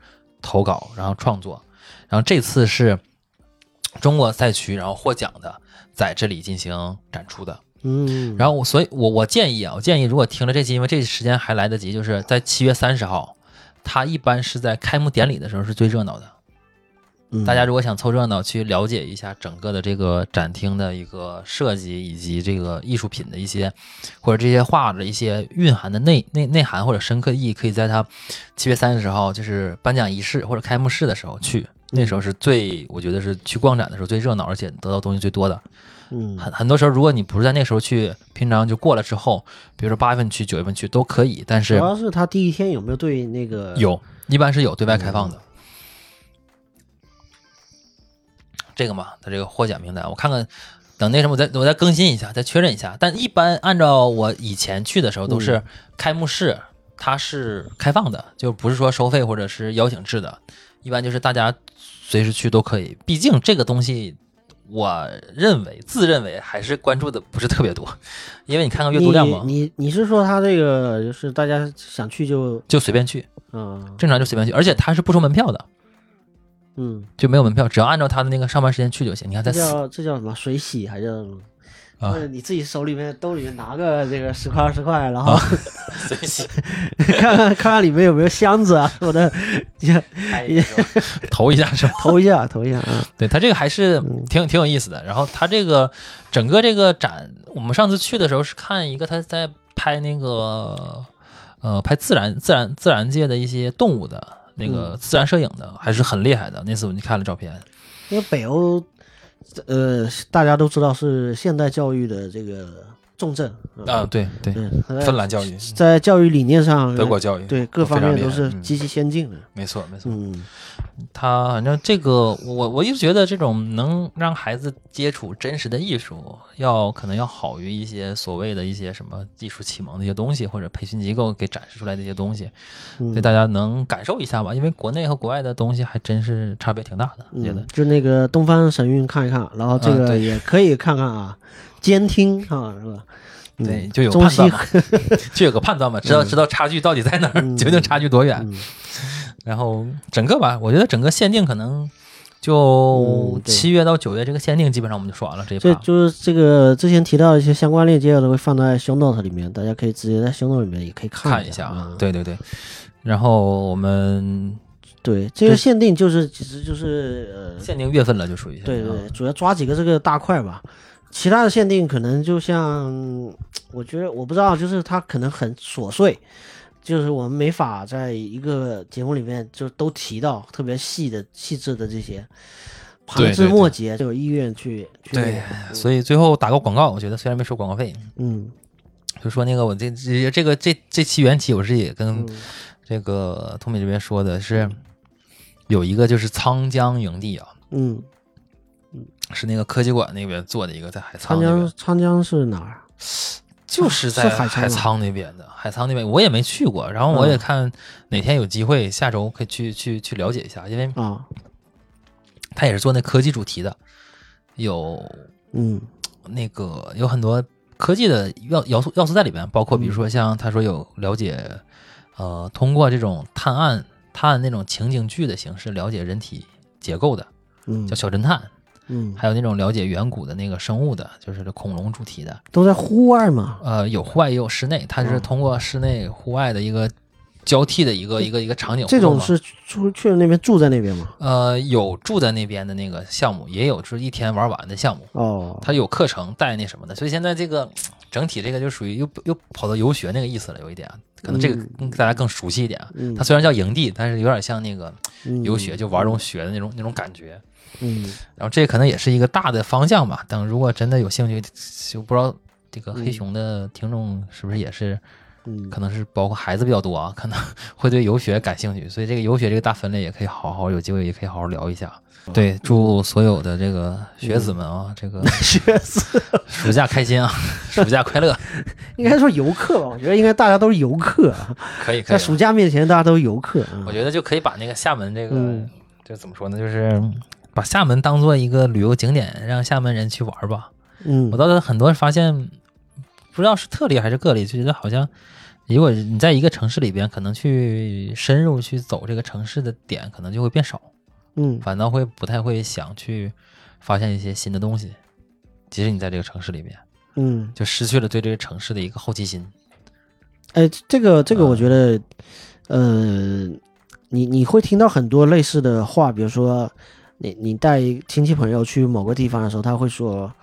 投稿，然后创作，然后这次是中国赛区，然后获奖的在这里进行展出的。
嗯，
然后我，所以我我建议啊，我建议如果听了这期，因为这时间还来得及，就是在七月三十号，它一般是在开幕典礼的时候是最热闹的。
后
大家如果想凑热闹，去了解一下整个的这个展厅的一个设计，以及这个艺术品的一些，或者这些画的一些蕴含的内内内涵或者深刻意义，可以在它七月三十号就是颁奖仪式或者开幕式的时候去。那时候是最，我觉得是去逛展的时候最热闹，而且得到东西最多的。
嗯
很很多时候，如果你不是在那时候去，平常就过了之后，比如说八月份去、九月份去都可以，但
主
是
要是他第一天有没有对那个
有呃一般是有对外开放的。这个嘛，它这个获奖名单，我看看，等那什么，我再我再更新一下，再确认一下。但一般按照我以前去的时候，都是开幕式，它是开放的，就不是说收费或者是邀请制的，一般就是大家随时去都可以。毕竟这个东西。我认为，自认为还是关注的不是特别多，因为你啊看看阅读量嘛，
你你你是说他这个就是大家想去就
就随便去，
嗯
正常就随便去，而且它是不收门票的，
嗯，
就没有门票，只要按照他的那个上班时间去就行。你看
这
在四
叫这叫什么水洗还是叫什么？
啊
或者你自己手里面兜里面拿个这个十块二十块，然后
啊随机
看看看看里面有没有箱子啊什么的，就
拍一个 是吧投一下是吧？
投一下投一下啊。
对他这个还是挺挺有意思的。然后他这个整个这个展，我们上次去的时候是看一个他在拍那个呃拍自然自然自然界的一些动物的那个自然摄影的，还是很厉害的。那次我们去看了照片，
因为北欧，呃，大家都知道是现代教育的这个重镇
啊，，对对，
嗯，它在
芬兰教育、
在教育理念上，
德国教育，
对各
非常
方面
厉
都
害
是
嗯
极其先进的。
没错没错。
嗯，
他反正这个，我我我一直觉得这种能让孩子接触真实的艺术，要可能要好于一些所谓的一些什么技术启蒙的一些东西，或者培训机构给展示出来的一些东西，
嗯
对大家能感受一下吧。因为国内和国外的东西还真是差别挺大的，我觉 得
嗯，就那个东方神韵看一看，然后这
啊
个
对
也可以看看啊，监听啊，是吧？嗯
对就有
中
判
西
断嘛，就有个判断嘛，知道知道差距到底在哪儿，
嗯
究竟差距多远。
嗯
然后整个吧，我觉得整个限定可能就
嗯对
七月到九月这个限定，基本上我们就说完了这一
这
趴。
就是这个之前提到的一些相关链接，我都会放在 show note 里面，大家可以直接在 show note 里面也可以
看
一
一下
啊
啊，。对对对。然后我们
对，这个限定就是其实就是呃，
限定月份了，就属于
对
现在啊
对，主要抓几个这个大块吧。其他的限定可能就像，我觉得我不知道，就是它可能很琐碎，就是我们没法在一个节目里面就都提到特别细的、细致的这些，
对
旁枝
对对
末节就有意愿去去那个。
对，哎所以最后打个广告，我觉得虽然没收广告费，
嗯
就说那个我这这这个这这期缘起，我是也跟
嗯
这个通敏这边说的是，有一个就是沧江营地啊，
嗯，
是那个科技馆那边做的一个在海沧
长
那
江
边，
长江是哪儿？
就是在
是海沧嗯
海沧那边的海沧那边，我也没去过，然后我也看哪天有机会，下周可以去去去了解一下，因为
啊，
它也是做那科技主题的，有
嗯
那个有很多科技的要要素要素在里边，包括比
嗯
如说像他说有了解，呃，通过这种探案探案那种情景剧的形式了解人体结构的，
嗯
叫小侦探，
嗯，
还有那种了解远古的那个生物的，就是恐龙主题的，
都在户外嘛。
呃，有户外也有室内，它
嗯
是通过室内户外的一个交替的一个一个一个场景
这
互动
种
嘛。
是出去了那边住在那边嘛？
呃，有住在那边的那个项目，也有就是一天玩完的项目。
哦，
它有课程带那什么的，所以现在这个整体这个就属于又又跑到游学那个意思了，有一点啊，可能这个
嗯
更大家更熟悉一点啊。
嗯
它虽然叫营地，但是有点像那个
嗯
游学，就玩中学的那种那种感觉。
嗯
然后这可能也是一个大的方向吧。等如果真的有兴趣，就不知道这个黑熊的听众是不是也是，
嗯
可能是包括孩子比较多啊，可能 会对游学感兴趣。所以这个游学这个大分类也可以好好有机会也可以好好聊一下。对，祝所有的这个学子们啊，这个
学子，
暑假开 心啊，暑假快乐，
应该说游客吧，我觉得应该大家都是游客啊，
可以可
在
以。
暑假面前大家都是游客啊
哎我。觉得就可以把那个厦门这个，
嗯
就怎么说呢，就是把厦门当做一个旅游景点，让厦门人去玩吧。
嗯
我，倒是很多人发现，不知道是特例还是个例，就觉得好像。如果你在一个城市里边，可能去深入去走这个城市的点，可能就会变少，
嗯
反倒会不太会想去发现一些新的东西。即使你在这个城市里面，
嗯，
就失去了对这个城市的一个好奇心。
哎，这个这个，
嗯
我觉得，呃，你你会听到很多类似的话，比如说，你你带亲戚朋友去某个地方的时候，他会说。啊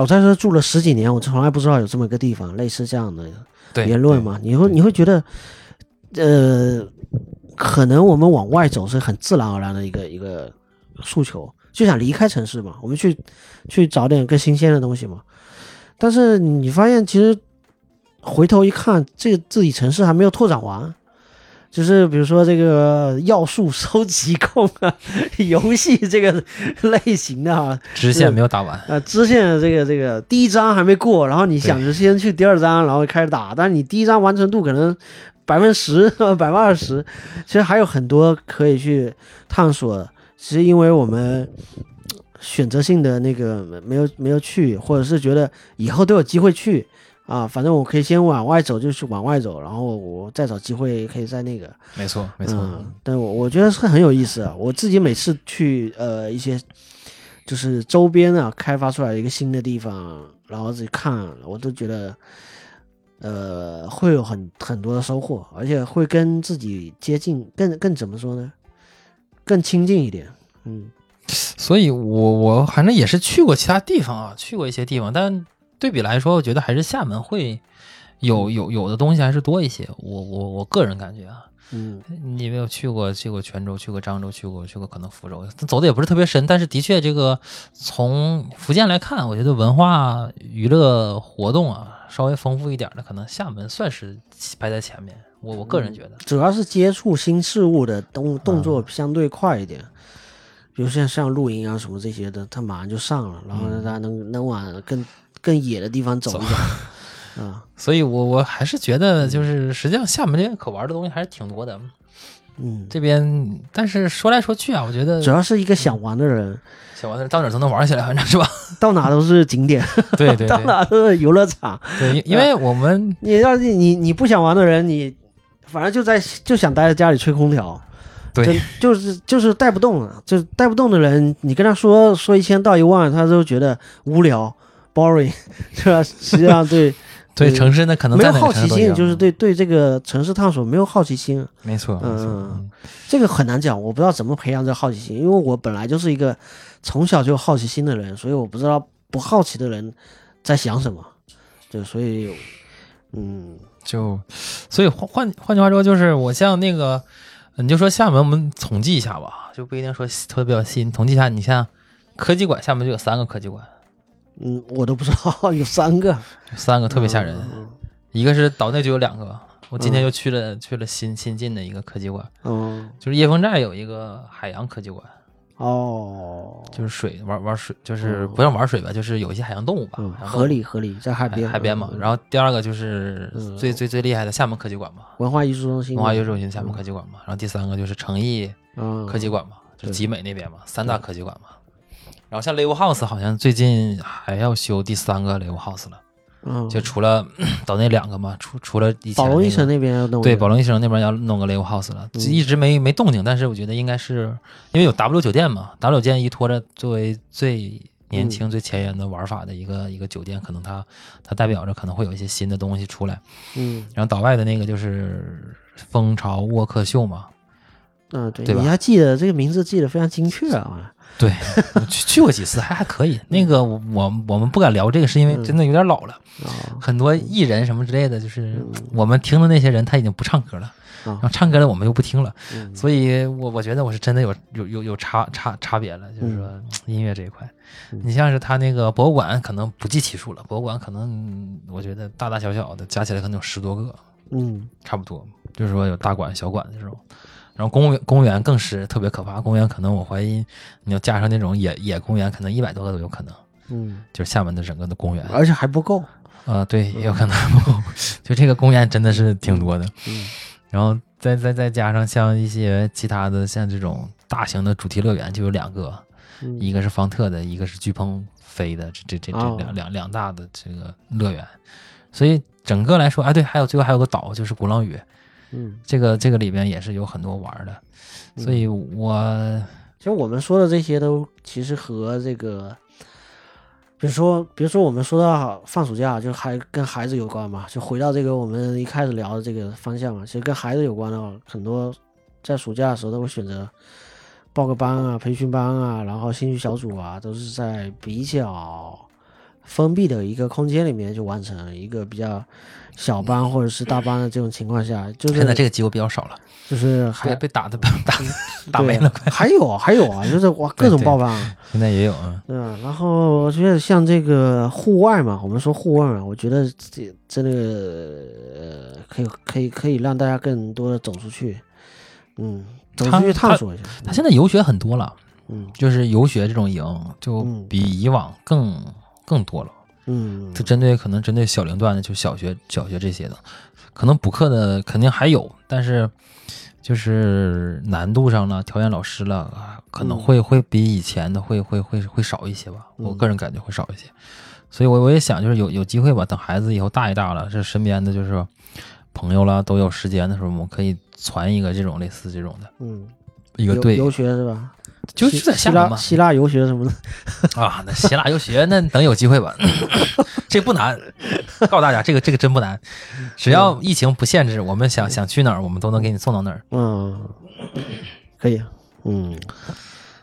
我在这住了十几年，我从来不知道有这么一个地方，类似这样的
对，
言论
对
嘛，你会你会觉得，呃，可能我们往外走是很自然而然的一个一个诉求，就想离开城市嘛，我们去去找点更新鲜的东西嘛。但是你发现其实回头一看，这个自己城市还没有拓展完。就是比如说这个要素收集控啊， 游戏这个类型的啊，
支线没有打完。
呃，支线的这个这个第一章还没过，然后你想着先去第二章，然后开始打，但是你第一章完成度可能百分之十、 百分之二十，其实还有很多可以去探索的。只是因为我们选择性的那个没有没有去，或者是觉得以后都有机会去啊，反正我可以先往外走，就去往外走，然后我再找机会可以在那个。
没错，没错，
嗯，但我我觉得是很有意思啊。我自己每次去呃一些就是周边啊开发出来一个新的地方，然后自己看，我都觉得，呃，会有很很多的收获，而且会跟自己接近，更更怎么说呢？更亲近一点。嗯，
所以我我反正也是去过其他地方啊，去过一些地方，但对比来说，我觉得还是厦门会有有有的东西还是多一些。我我我个人感觉啊，
嗯，
你没有去过去过泉州，去过漳州，去过去过可能福州，走的也不是特别深，但是的确这个从福建来看，我觉得文化娱乐活动啊稍微丰富一点的，可能厦门算是排在前面。我我个人觉得，
主要是接触新事物的动动作相对快一点，比如像像露营啊什么这些的，它马上就上了，然后让大家能、能往更更野的地方走一走。啊，
所以我我还是觉得就是实际上厦门这边可玩的东西还是挺多的。
嗯，
这边但是说来说去啊，我觉得
主要是一个想玩的人，
小王子到哪儿都能玩起来，反正是吧？
到哪都是景点，
对 对
到哪都是游乐场。
对，因因为我们
你要是你你不想玩的人，你反正就在就想待在家里吹空调，
对
真，就是就是带不动了，就是带不动的人，你跟他说说一千道一万，他都觉得无聊，boring，是 吧？实际上 对
对城市呢，可能
没
在
有
哪
好
个城
奇
市都一
心，
样
就是对对这个城市探索没有好奇心，
没错，没错
嗯，这个很难讲，我不知道怎么培养这好奇心，因为我本来就是一个从小就有好奇心的人，所以我不知道不好奇的人在想什么，对，所以嗯。
就，所以换换换句话说，就是我像那个，你就说厦门，我们统计一下吧，就不一定说特别细，你统计一下，你像科技馆，厦门就有三个科技馆，
嗯，我都不知道有三个，
三个特别吓人，
嗯
一个是岛内就有两个，我今天就去了、去了新新进的一个科技馆，
嗯，
就是椰风寨有一个海洋科技馆，
哦，
就是水玩玩水，就是不让玩水吧，就是有一些海洋动物吧，
嗯，
海洋动物
合理合理，在海边
海边嘛。
嗯
然后第二个就是最最最厉害的厦门科技馆嘛，
文化艺术中心，
文化艺术中心厦门科技馆嘛。然后第三个就是诚毅
嗯
科技馆嘛，就是集美那边嘛，三大科技馆嘛。然后像 Live House 好像最近还要修第三个 Live House 了，
嗯，
就除了 岛内两个嘛，除除了以前
宝龙
那
医
个
生那边要弄
对，
一个
宝龙医生那边要弄个 live house 了，一直没没动静，但是我觉得应该是因为有 W 酒店嘛，W 酒店依托着作为最年轻、最前沿的玩法的一个一个酒店，可能它它代表着可能会有一些新的东西出来。
嗯
然后岛外的那个就是蜂巢沃克秀嘛，
嗯，对，
对吧
你还记得这个名字记得非常精确啊，
对，我 去去过几次，还还可以。那个我我我们不敢聊这个，是因为真的有点老了，
哦，
很多艺人什么之类的，就是我们听的那些人他已经不唱歌了，
嗯啊
然后唱歌的我们又不听了，
嗯
所以我我觉得我是真的有有有有差差差别了，就是说
嗯
音乐这一块，你像是他那个博物馆可能不计其数了，博物馆可能嗯我觉得大大小小的加起来可能有十多个，
嗯
差不多，就是说有大馆小馆的这种。然后公园公园更是特别可怕，公园可能我怀疑你要加上那种野野公园，可能一百多个都有可能，
嗯，
就是厦门的整个的公园。
而且还不够，
呃，对，也有可能。就这个公园真的是挺多的，
嗯嗯
然后再再再加上像一些其他的，像这种大型的主题乐园就有两个，
嗯
一个是方特的，一个是飓风飞的，这这这这
哦
两两两大的这个乐园。所以整个来说，哎，对，还有最后还有个岛，就是鼓浪屿，
嗯，
这个这个里边也是有很多玩儿的。所以我
其实我们说的这些都其实和这个。比如说，比如说我们说到放暑假，就还跟孩子有关嘛，就回到这个我们一开始聊的这个方向嘛。其实跟孩子有关的话，很多在暑假的时候都会选择报个班啊、培训班啊，然后兴趣小组啊，都是在比较封闭的一个空间里面就完成一个比较小班或者是大班的这种情况下，就是嗯
现在这个机会比较少了，
就是
被
还
被 打的打打打
对
没了。
还有还有啊，就是哇各
对
种
对
报班啊。
现在也有啊，
对啊，然后我觉得像这个户外嘛，我们说户外嘛，我觉得这真的、呃、可以可以可以让大家更多的走出去，嗯，走出去
他
探索一下，
他现在游学很多了，
嗯
就是游学这种营就
嗯
比以往更更多了。
嗯
就针对可能针对小龄段的，就小学、小学这些的，可能补课的肯定还有，但是就是难度上了、调研老师了，啊可能
嗯
会会比以前的会会会会少一些吧。我
嗯
个人感觉会少一些，所以我我也想就是有有机会吧，等孩子以后大一大了，这身边的就是朋友啦都有时间的时候，我们可以攒一个这种类似这种的
嗯，
一个
游
队，
游学是吧？
就
希
就在
希
厦门
腊
嘛
希腊游学什么的，
啊，那希腊游学那等有机会吧。这不难，告诉大家，这个这个真不难，
嗯
只要疫情不限制，我们想想去哪儿，我们都能给你送到 那儿。
嗯，可以，嗯，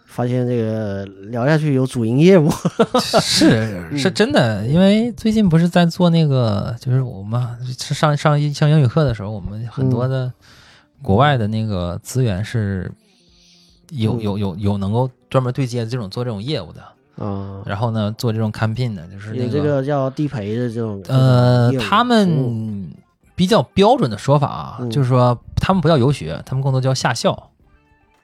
发现这个聊下去有主营业务，
是是真的，因为最近不是在做那个，就是我们上上一上英语课的时候，我们
嗯
很多的国外的那个资源是
嗯
有有有有能够专门对接这种做这种业务的，
啊，
然后呢做这种 campaign 的，就是那
有这个叫地陪的这种
呃
业，务
他
嗯
们比较标准的说法啊，
嗯
就是说他们不叫游学，他们更多叫下校。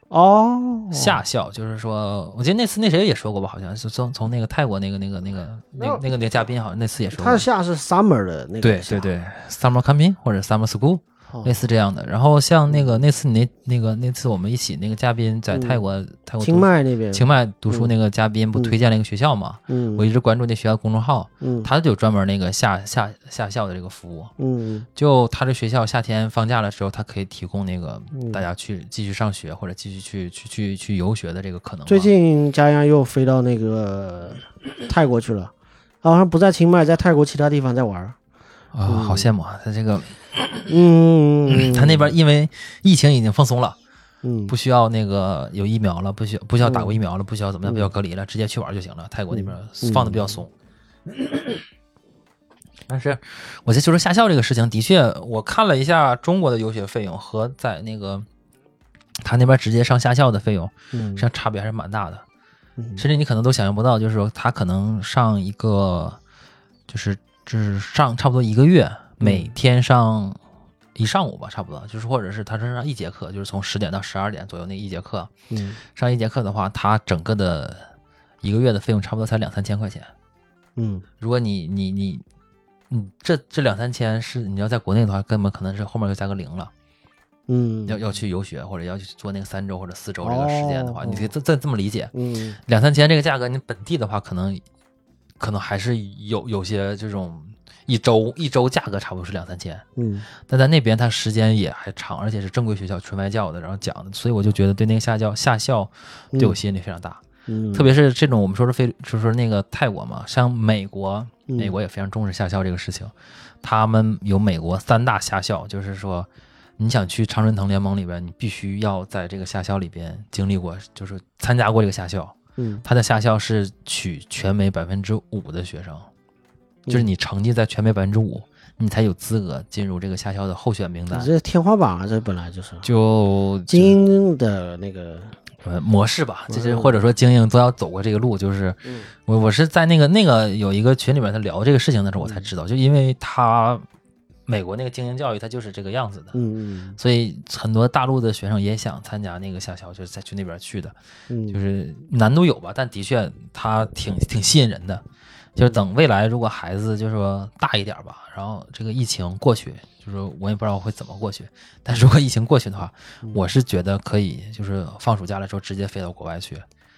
哦
下校就是说，我记得那次那谁也说过吧，好像是从从那个泰国那个那个那个那个那个那个嘉宾，好像那次也说过。
它下是 summer 的那个
对
夏
对，对，summer camping 或者 summer school
哦
类似这样的。然后像那个那次你那那个那次我们一起那个嘉宾在泰国、泰国
嗯清
读
迈那边，
清迈读书那个嘉宾不
嗯
推荐了一个学校嘛？
嗯，
我一直关注那学校公众号，
嗯
他就有专门那个下下下校的这个服务。
嗯
就他这学校夏天放假的时候，他可以提供那个
嗯
大家去继续上学或者继续去去去去游学的这个可能嘛。
最近家央又飞到那个泰国去了，好像不在清迈，在泰国其他地方在玩儿。
啊，好羡慕啊！他这个
嗯，
他那边因为疫情已经放松了，
嗯
不需要那个有疫苗了，不需要不需要打过疫苗了，不需要
嗯
怎么样，不需要隔离了，直接去玩就行了。泰国那边放的比较松。
嗯
但是，我就说下校这个事情，的确，我看了一下中国的游学费用和在那个他那边直接上下校的费用，实
嗯
际上差别还是蛮大的。
嗯
甚至你可能都想象不到，就是说他可能上一个，就是就是上差不多一个月，
嗯
每天上一上午吧，差不多，就是或者是他是上一节课，就是从十点到十二点左右那一节课，
嗯
上一节课的话，他整个的一个月的费用差不多才两三千块钱。
嗯
如果你你你你这这两三千是你要在国内的话，根本可能是后面就加个零了。
嗯，
要要去游学或者要去做那个三周或者四周这个时间的话，
哦
你可以这这这么理解。
嗯
两三千这个价格，你本地的话，可能可能还是有有些这种一周一周价格差不多是两三千，
嗯
但在那边它时间也还长，而且是正规学校纯外教的，然后讲的，所以我就觉得对那个下教下校对我吸引力非常大，
嗯，
特别是这种我们说是非就是说那个泰国嘛，像美国，
嗯
美国也非常重视下校这个事情，他们有美国三大下校，就是说。你想去常春藤联盟里边，你必须要在这个下校里边经历过，就是参加过这个下校，
嗯
他的下校是取全美百分之五的学生，
嗯
就是你成绩在全美百分之五，你才有资格进入这个下校的候选名单。
这天花板啊，这本来就是
就
精英的那个，
呃模式吧，就
模
是
式
或者说精英都要走过这个路。就是
嗯
我我是在那个那个有一个群里面他聊这个事情的时候，我
嗯
才知道，就因为他美国那个精英教育，它就是这个样子的。
嗯
所以很多大陆的学生也想参加那个下校，就是再去那边去的。
嗯嗯
就是难度有吧，但的确它挺挺吸引人的。就是等未来如果孩子就是说大一点吧，然后这个疫情过去，就是我也不知道会怎么过去。但如果疫情过去的话，
嗯
我是觉得可以，就是放暑假的时候直接飞到国外去。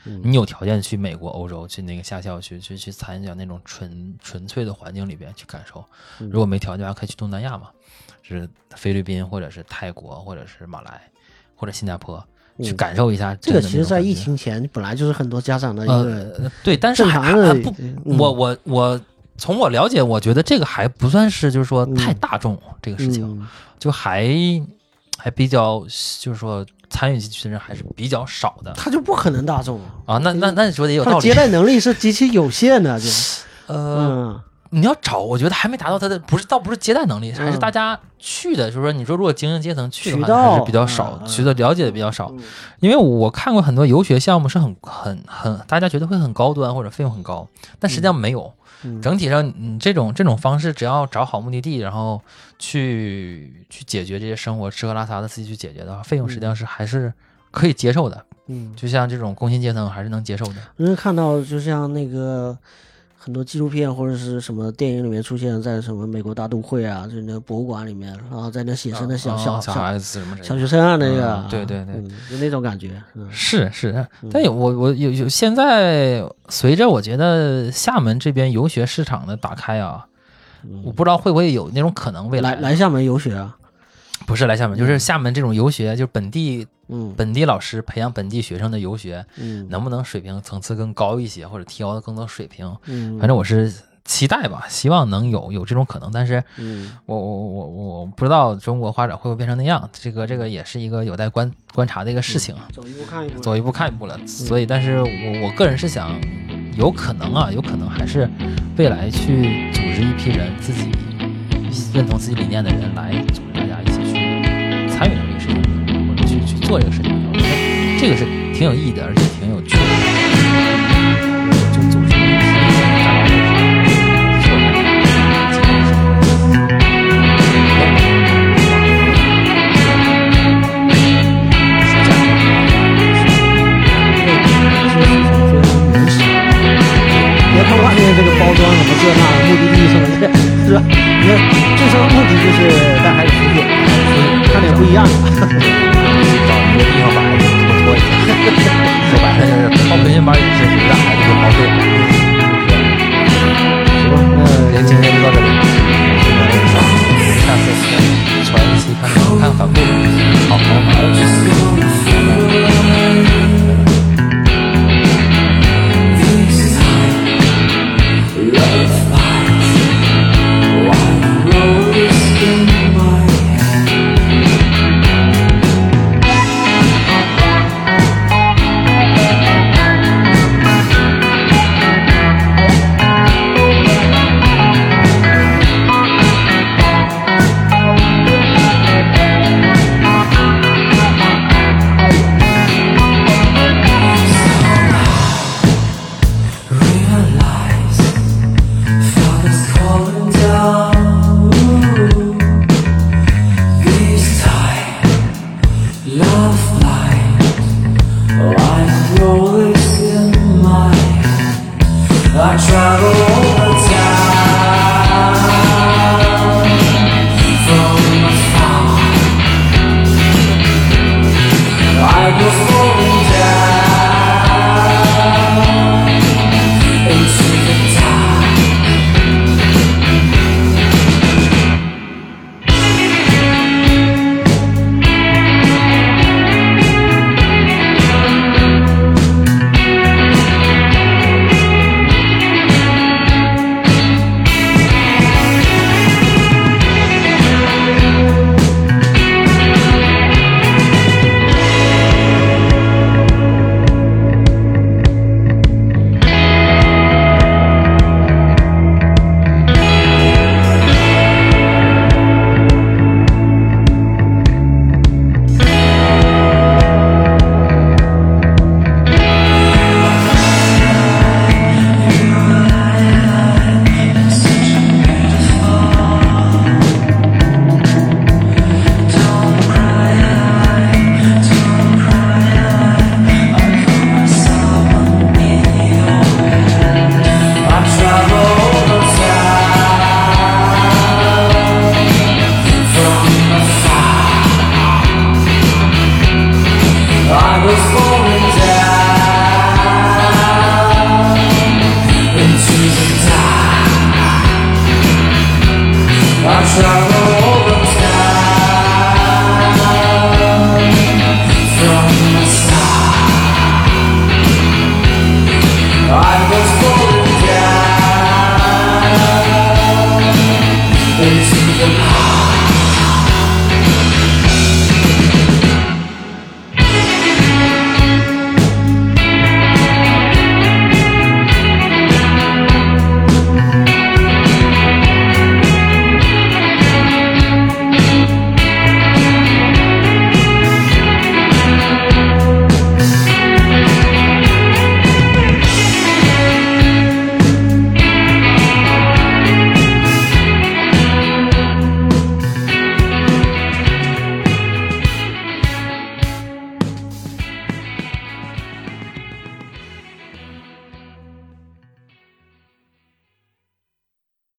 嗯
你有条件去美国、欧洲，去那个下校去去去参加那种纯纯粹的环境里边去感受。
嗯
如果没条件的话，可以去东南亚嘛，就是菲律宾或者是泰国或者是马来或者新加坡去
嗯
感受一下
这
真的那种感觉。
个其实，在疫情前本来就是很多家长的一个，
呃，对，但是
正
还
常的
还不，
嗯
我我我从我了解，我觉得这个还不算是就是说太大众、这个事情，
嗯
就还还比较就是说参与进去的人还是比较少的
他就不可能大众啊，
啊。那那那你说的也有
他
道理
接，待能力是极其有限 的，就是
呃，
嗯
你要找，我觉得还没达到他的，不是倒不是接待能力，还是
嗯
大家去的，就是说你说如果精英阶层去的
渠
话，还是
道
比较少，
嗯嗯
渠道了解的比较少
嗯。
因为我看过很多游学项目是很很很，大家觉得会很高端或者费用很高，但实际上没有。
嗯
整体上，嗯，这种这种方式，只要找好目的地，然后去去解决这些生活吃喝拉撒的自己去解决的话，费用实际上是还是可以接受的。
嗯，
就像这种工薪阶层还是能接受的。
因为看到就像那个很多纪录片或者是什么电影里面出现在什么美国大都会啊，就是那博物馆里面，然后在那写生的小、
啊
小
小
小
孩子什么
小学生啊那个，
嗯对对对
嗯，就那种感觉，嗯
是是，但有我我有有现在随着我觉得厦门这边游学市场的打开啊，我不知道会不会有那种可能未来
嗯来嗯来厦门游学啊，
不是来厦门，就是厦门这种游学，就是本地
嗯
本地老师培养本地学生的游学，
嗯
能不能水平层次更高一些，或者提高更多水平？
嗯，
反正我是期待吧，希望能有有这种可能，但是
嗯
我我我我我不知道中国发展会不会变成那样，这个这个也是一个有待观观察的一个事情啊。
走一步看一步，
走一步看一步了。所以，但是我我个人是想，有可能啊，有可能还是未来去组织一批人，自己认同自己理念的人来组织大家一起去参与到这个事情，或者去去做这个事情。我觉得这个是挺有意义的，而且挺有趣的。就组织一批大家做这个事情
别看外面这个包装什么这那目的地什么的，是吧？你看最终目的就是带孩子出去，看点不一样的。
找一个地方把孩子